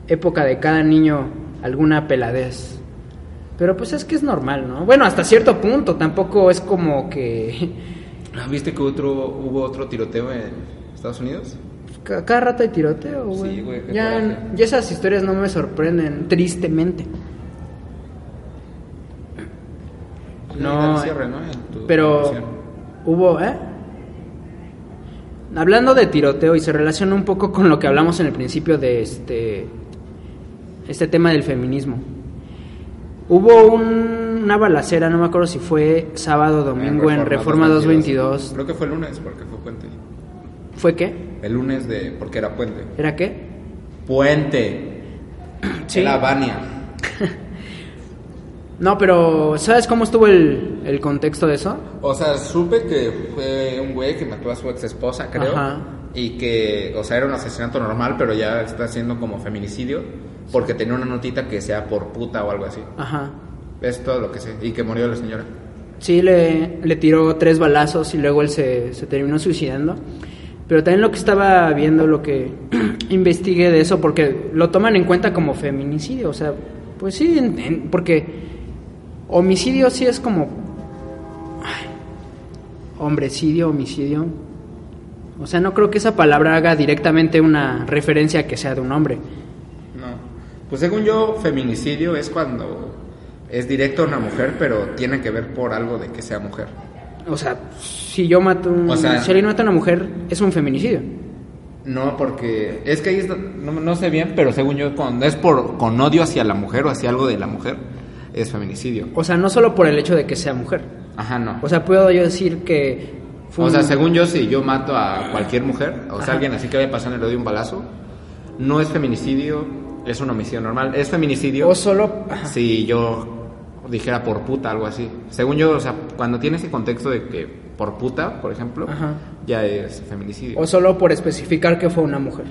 A: época de cada niño alguna peladez. Pero pues es que es normal, ¿no? Bueno, hasta cierto punto, tampoco es como que [laughs]
B: Ah, ¿Viste que otro, hubo otro tiroteo en Estados Unidos?
A: ca- cada rato hay tiroteo, güey.
B: Sí, güey, qué coraje.
A: ya, ya esas historias no me sorprenden, tristemente. No,
B: Y dale cierre, ¿no? En tu
A: Pero
B: conclusión.
A: hubo, ¿eh? Hablando de tiroteo y se relaciona un poco con lo que hablamos en el principio de este este tema del feminismo. Hubo un- una balacera, no me acuerdo si fue sábado o domingo en Reforma 222.
B: Creo que fue el lunes, porque fue puente.
A: ¿Fue qué?
B: El lunes de... porque era puente.
A: ¿Era qué?
B: Puente.
A: Sí.
B: Era Bania.
A: No, pero ¿sabes cómo estuvo el, el contexto de eso?
B: O sea, supe que fue un güey que mató a su ex esposa, creo.
A: Ajá.
B: Y que, o sea, era un asesinato normal, pero ya está siendo como feminicidio. Porque tenía una notita que sea por puta o algo así.
A: Ajá.
B: Es todo lo que sé. Y que murió la señora.
A: Sí, le, le tiró tres balazos y luego él se, se terminó suicidando. Pero también lo que estaba viendo, lo que [clears throat] investigué de eso, porque lo toman en cuenta como feminicidio. O sea, pues sí, en- en- porque homicidio sí es como... ay, hombrecidio, homicidio. O sea, no creo que esa palabra haga directamente una referencia a que sea de un hombre.
B: No. Pues según yo, feminicidio es cuando es directo a una mujer, pero tiene que ver por algo de que sea mujer.
A: O sea, si yo mato un,
B: O sea-
A: si alguien mata a una mujer, es un feminicidio.
B: No, porque es que ahí es do- no, no sé bien, pero según yo, cuando es por con odio hacia la mujer o hacia algo de la mujer, es feminicidio.
A: O sea, no solo por el hecho de que sea mujer.
B: Ajá, no.
A: O sea, puedo yo decir que fue
B: O sea,
A: un-
B: según yo, si yo mato a cualquier mujer, o sea, alguien así que vaya pasando y le doy un balazo, no es feminicidio, es un homicidio normal. Es feminicidio
A: o solo ajá,
B: si yo dijera por puta, algo así. Según yo, o sea, cuando tiene ese contexto de que por puta, por ejemplo,
A: Ajá.
B: ya es feminicidio.
A: o solo por especificar que fue una mujer.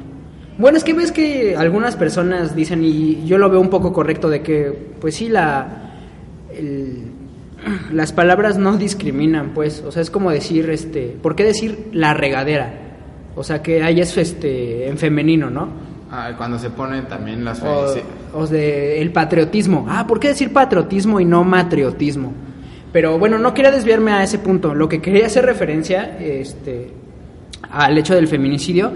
A: Bueno, es que ves que algunas personas dicen y yo lo veo un poco correcto de que pues sí la el- [clears throat] las palabras no discriminan, pues, o sea, es como decir, este, ¿por qué decir la regadera? O sea, que hay eso, este, en femenino, ¿no?
B: Ah, cuando se ponen también las
A: O,
B: felici-
A: o de el patriotismo. Ah, ¿por qué decir patriotismo y no matriotismo? Pero bueno, no quería desviarme a ese punto. Lo que quería hacer referencia este, al hecho del feminicidio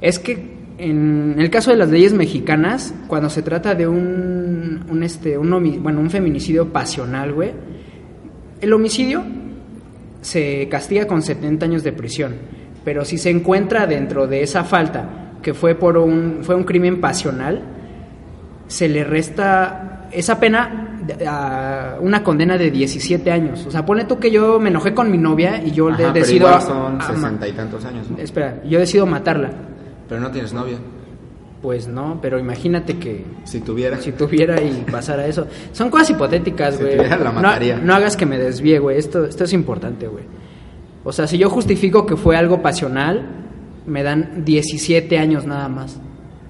A: es que en el caso de las leyes mexicanas, cuando se trata de un, un, este, un, homi- bueno, un feminicidio pasional, güey, el homicidio se castiga con 70 años de prisión, pero si se encuentra dentro de esa falta, que fue por un fue un crimen pasional, se le resta esa pena de- a una condena de 17 años. O sea, pone tú que yo me enojé con mi novia y yo
B: Ajá,
A: le
B: pero
A: decido
B: igual
A: a-
B: son
A: a-
B: sesenta y tantos años, ¿no?
A: Espera, yo decido matarla.
B: Pero no tienes novia.
A: Pues no, pero imagínate que
B: Si tuvieras.
A: si tuviera y pasara eso. Son cosas hipotéticas,
B: Si
A: güey.
B: tuviera, la
A: No-
B: mataría.
A: No, hagas que me desvíe, güey. Esto, esto es importante, güey. O sea, si yo justifico que fue algo pasional, me dan 17 años nada más.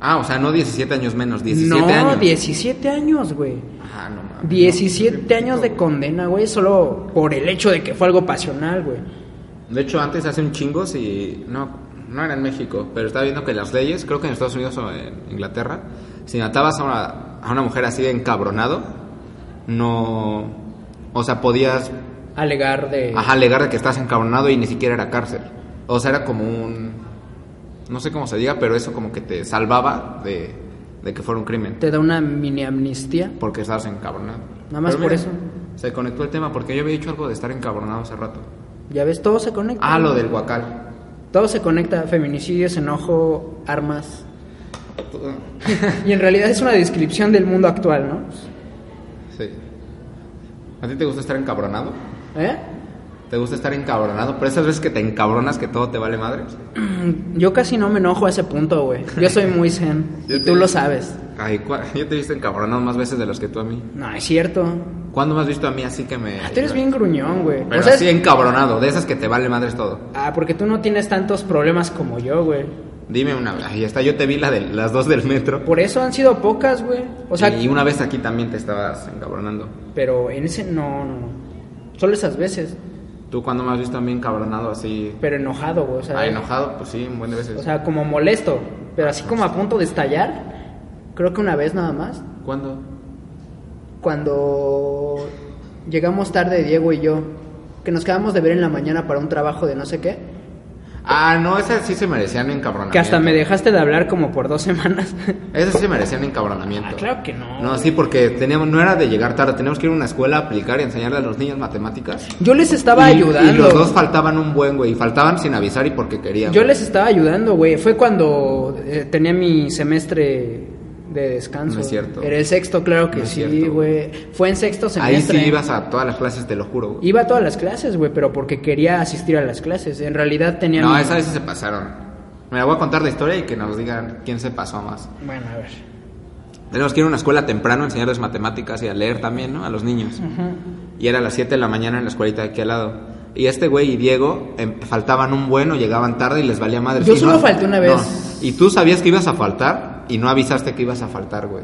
B: Ah, o sea, no 17 años menos, 17
A: no,
B: años.
A: 17 años, güey.
B: Ah, no mames.
A: 17 años de condena, güey, solo por el hecho de que fue algo pasional, güey.
B: De hecho, antes hace un chingo si no no era en México, pero estaba viendo que las leyes, creo que en Estados Unidos o en Inglaterra, si matabas a una, a una mujer así de encabronado, no o sea, podías
A: Alegar de...
B: ajá, alegar de que estás encabronado y ni siquiera era cárcel. O sea, era como un no sé cómo se diga, pero eso como que te salvaba de, de que fuera un crimen.
A: Te da una mini amnistía.
B: Porque estabas encabronado.
A: Nada más
B: Pero
A: por
B: mira,
A: eso.
B: Se conectó el tema porque yo había dicho algo de estar encabronado hace rato.
A: Ya ves, todo se conecta.
B: Ah, lo del guacal.
A: Todo se conecta, feminicidios, enojo, armas. Y en realidad es una descripción del mundo actual, ¿no?
B: Sí. ¿A ti te gusta estar encabronado?
A: ¿Eh?
B: ¿Te gusta estar encabronado? Pero esas veces que te encabronas que todo te vale madre.
A: Yo casi no me enojo a ese punto, güey. Yo soy muy zen.
B: [laughs] Yo
A: y
B: te-
A: tú lo sabes.
B: Ay, ¿cuál? [laughs] yo te he visto encabronado más veces de las que tú a mí.
A: No, es cierto.
B: ¿Cuándo me has visto a mí así que me...
A: Ah, tú eres bien gruñón, güey.
B: Pero
A: O sea, es-
B: así encabronado, de esas que te vale madres todo.
A: Ah, porque tú no tienes tantos problemas como yo, güey.
B: Dime una... Ahí está, yo te vi la de las dos del metro.
A: Por eso han sido pocas, güey. O sea,
B: y una vez aquí también te estabas encabronando.
A: pero en ese no, no, no. Solo esas veces.
B: ¿Tú cuándo me has visto a mí encabronado así?
A: Pero enojado, güey. O sea,
B: Ah, enojado, pues sí, un buen de veces.
A: o sea, como molesto. Pero así como a punto de estallar. Creo que una vez nada más.
B: ¿Cuándo?
A: cuando llegamos tarde Diego y yo, que nos quedamos de ver en la mañana para un trabajo de no sé qué,
B: Ah, no, esas sí se merecían encabronamiento.
A: que hasta me dejaste de hablar como por dos semanas.
B: Esas sí se merecían encabronamiento.
A: Ah, claro que no.
B: No, sí, porque teníamos, no era de llegar tarde, teníamos que ir a una escuela a aplicar y enseñarle a los niños matemáticas.
A: Yo les estaba
B: Y-
A: ayudando.
B: Y los dos faltaban un buen, güey, y faltaban sin avisar y porque querían.
A: Yo
B: güey.
A: les estaba ayudando, güey. Fue cuando eh, tenía mi semestre de descanso.
B: No es cierto.
A: Era el sexto, claro que
B: No es
A: sí,
B: cierto.
A: güey. Fue en sexto
B: Ahí
A: semestre.
B: sí ibas a todas las clases, te lo juro, güey.
A: Iba a todas las clases, güey, pero porque quería asistir a las clases. En realidad tenía...
B: No,
A: mi-
B: esas veces se pasaron. Me la voy a contar la historia y que nos digan quién se pasó más.
A: Bueno, a ver.
B: Tenemos que ir a una escuela temprano a enseñarles matemáticas y a leer también, ¿no? A los niños. Y era a las 7 de la mañana en la escuelita de aquí al lado. Y este güey y Diego em, faltaban un bueno, llegaban tarde y les valía madre.
A: Yo
B: Y
A: solo falté una vez.
B: Y tú sabías que ibas a faltar y no avisaste que ibas a faltar, güey.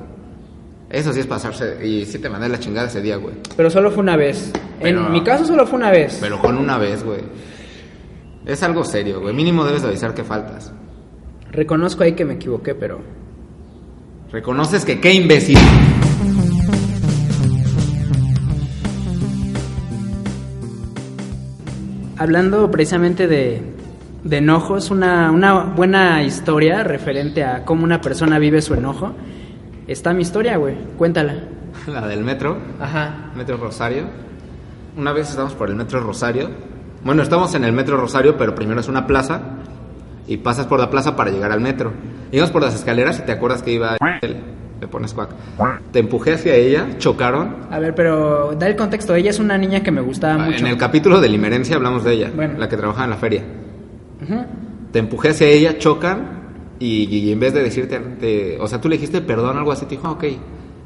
B: Eso sí es pasarse. Y sí te mandé la chingada ese día, güey.
A: Pero solo fue una vez.
B: Pero-
A: en mi caso solo fue una vez.
B: Pero con una vez, güey. Es algo serio, güey. Mínimo debes de avisar que faltas.
A: Reconozco ahí que me equivoqué, pero
B: Reconoces que qué imbécil. [laughs]
A: hablando precisamente de, de enojos, una, una buena historia referente a cómo una persona vive su enojo. Está mi historia, güey. Cuéntala.
B: La del metro.
A: Ajá.
B: Metro Rosario. Una vez estamos por el Metro Rosario. Bueno, estamos en el Metro Rosario, pero primero es una plaza y pasas por la plaza para llegar al metro. Íbamos por las escaleras y te acuerdas que iba... Le pones cuac. Te empujé hacia ella, chocaron.
A: A ver, pero da el contexto. Ella es una niña que me gustaba Ah, mucho.
B: Ah, En el capítulo de la inmerencia hablamos de ella,
A: Bueno.
B: la que trabajaba en la feria.
A: Ujú.
B: Te empujé hacia ella, chocan y, y en vez de decirte, te- o sea, tú le dijiste perdón, algo así, te dijo, "Ah, ok,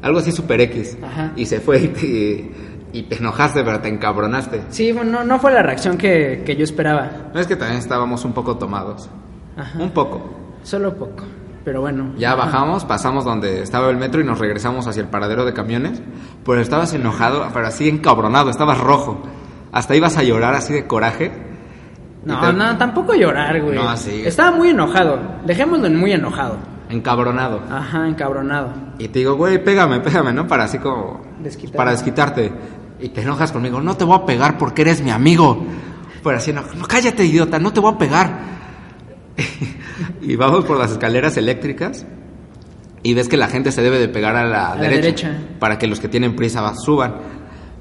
B: algo así super X.
A: Ajá.
B: Y se fue y te, y te enojaste, pero te encabronaste.
A: Sí, bueno, no, no fue la reacción que, que yo esperaba.
B: No es que también estábamos un poco tomados.
A: Ajá.
B: Un poco.
A: Solo poco. Pero bueno.
B: Ya bajamos, pasamos donde estaba el metro y nos regresamos hacia el paradero de camiones. Pero estabas enojado, pero así encabronado, estabas rojo. Hasta ibas a llorar así de coraje.
A: No,
B: Y te-
A: no, tampoco llorar, güey.
B: No, sí.
A: Estaba muy enojado. Dejémoslo en muy enojado.
B: Encabronado.
A: Ajá, encabronado.
B: Y te digo, güey, pégame, pégame, ¿no? Para así como...
A: Desquitar.
B: Para desquitarte. Y te enojas conmigo, no te voy a pegar porque eres mi amigo. Pero así, no, no cállate, idiota, no te voy a pegar. [laughs] y vamos por las escaleras eléctricas y ves que la gente se debe de pegar a la,
A: A la
B: derecha,
A: derecha.
B: para que los que tienen prisa va- suban. [laughs]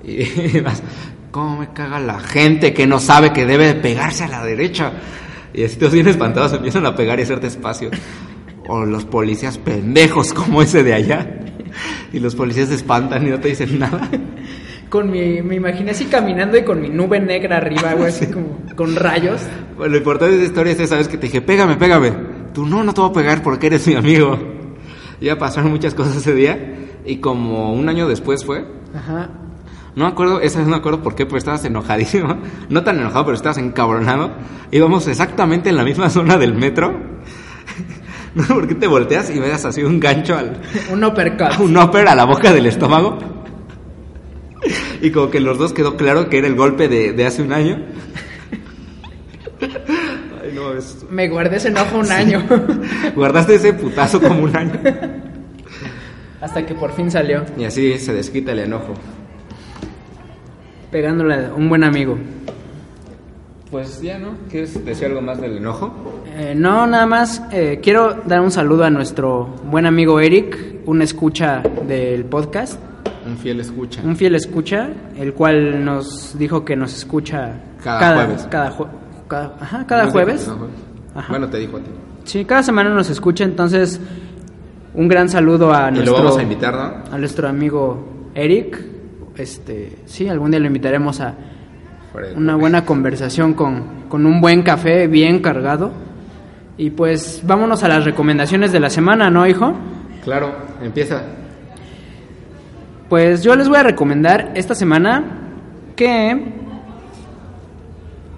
B: Y vas, ¿cómo me caga la gente que no sabe que debe de pegarse a la derecha? Y así todos bien espantados empiezan a pegar y hacerte espacio. O los policías pendejos como ese de allá. Y los policías se espantan y no te dicen nada.
A: Con mi, me imaginé así caminando y con mi nube negra arriba, güey,
B: [laughs]
A: así como con rayos.
B: Bueno, lo importante de esta historia es esa vez que te dije, pégame, pégame. Tú no, no te voy a pegar porque eres mi amigo. Ya pasaron muchas cosas ese día. Y como un año después fue,
A: Ajá.
B: No me acuerdo, esa vez no me acuerdo por qué, pero estabas enojadísimo. [laughs] No tan enojado, pero estabas encabronado. Íbamos exactamente en la misma zona del metro. [laughs] No sé por qué te volteas y veas así un gancho al, [laughs]
A: Un uppercut.
B: Ah, un upper a la boca del estómago. [laughs] Y como que los dos quedó claro que era el golpe de, de hace un año. [laughs] Ay, no, es-
A: Me guardé ese enojo un año. [laughs]
B: Guardaste ese putazo como un año.
A: Hasta que por fin salió.
B: Y así se desquita el enojo.
A: Pegándole a un buen amigo.
B: Pues ya, ¿no? ¿Quieres decir algo más del enojo?
A: Eh, no, nada más. eh, quiero dar un saludo a nuestro buen amigo Eric, un escucha del podcast,
B: Un fiel escucha.
A: un fiel escucha, el cual nos dijo que nos escucha
B: Cada jueves.
A: Cada, jue- cada- ajá, cada
B: No sé,
A: jueves.
B: no, jueves.
A: Ajá.
B: Bueno, te dijo a ti.
A: Sí, cada semana nos escucha, entonces un gran saludo a
B: Y
A: nuestro
B: lo vamos a invitar, ¿no?
A: a nuestro amigo Eric. Este, sí, algún día lo invitaremos a
B: Fuera de-
A: una buena conversación con, con un buen café bien cargado. Y pues vámonos a las recomendaciones de la semana, ¿no, hijo?
B: Claro, empieza.
A: Pues yo les voy a recomendar esta semana que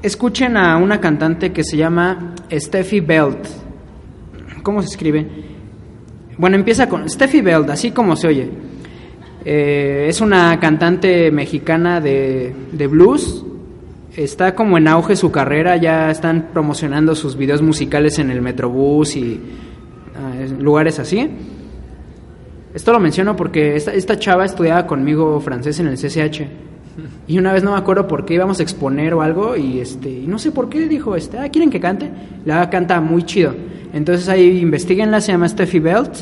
A: escuchen a una cantante que se llama Steffi Belt. ¿Cómo se escribe? Bueno, empieza con Steffi Belt, así como se oye. Eh, es una cantante mexicana de, de blues. Está como en auge su carrera, ya están promocionando sus videos musicales en el Metrobús y ah, en lugares así. Esto lo menciono porque esta, esta chava estudiaba conmigo francés en el CCH. Y una vez no me acuerdo por qué íbamos a exponer o algo y este y no sé por qué dijo, este, ah, ¿quieren que cante? La canta muy chido. Entonces ahí investiguenla, se llama Steffi Belt.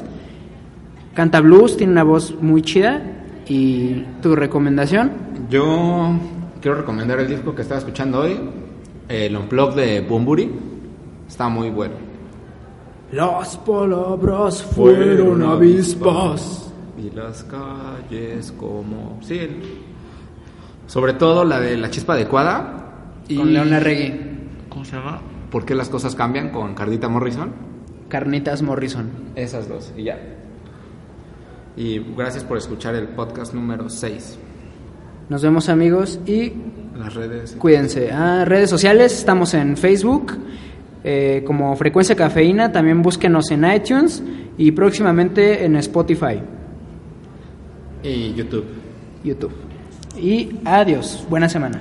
A: Canta blues, tiene una voz muy chida. ¿Y tu recomendación?
B: Yo quiero recomendar el disco que estaba escuchando hoy, el Unplug de Bumburi. Está muy bueno.
A: Las palabras
B: fueron avispas. Y las calles como... Sí, el- sobre todo la de La Chispa Adecuada. Y...
A: Con León Larregui,
B: ¿Cómo se llama? ¿Por qué las cosas cambian con Cardita Morrison?
A: Carnitas Morrison.
B: Esas dos, y ya. Y gracias por escuchar el podcast número 6.
A: Nos vemos amigos y
B: Las redes...
A: Cuídense. Ah, redes sociales, estamos en Facebook, eh, como Frecuencia Cafeína, también búsquenos en iTunes y próximamente en Spotify,
B: Y YouTube.
A: YouTube. Y adiós, buena semana.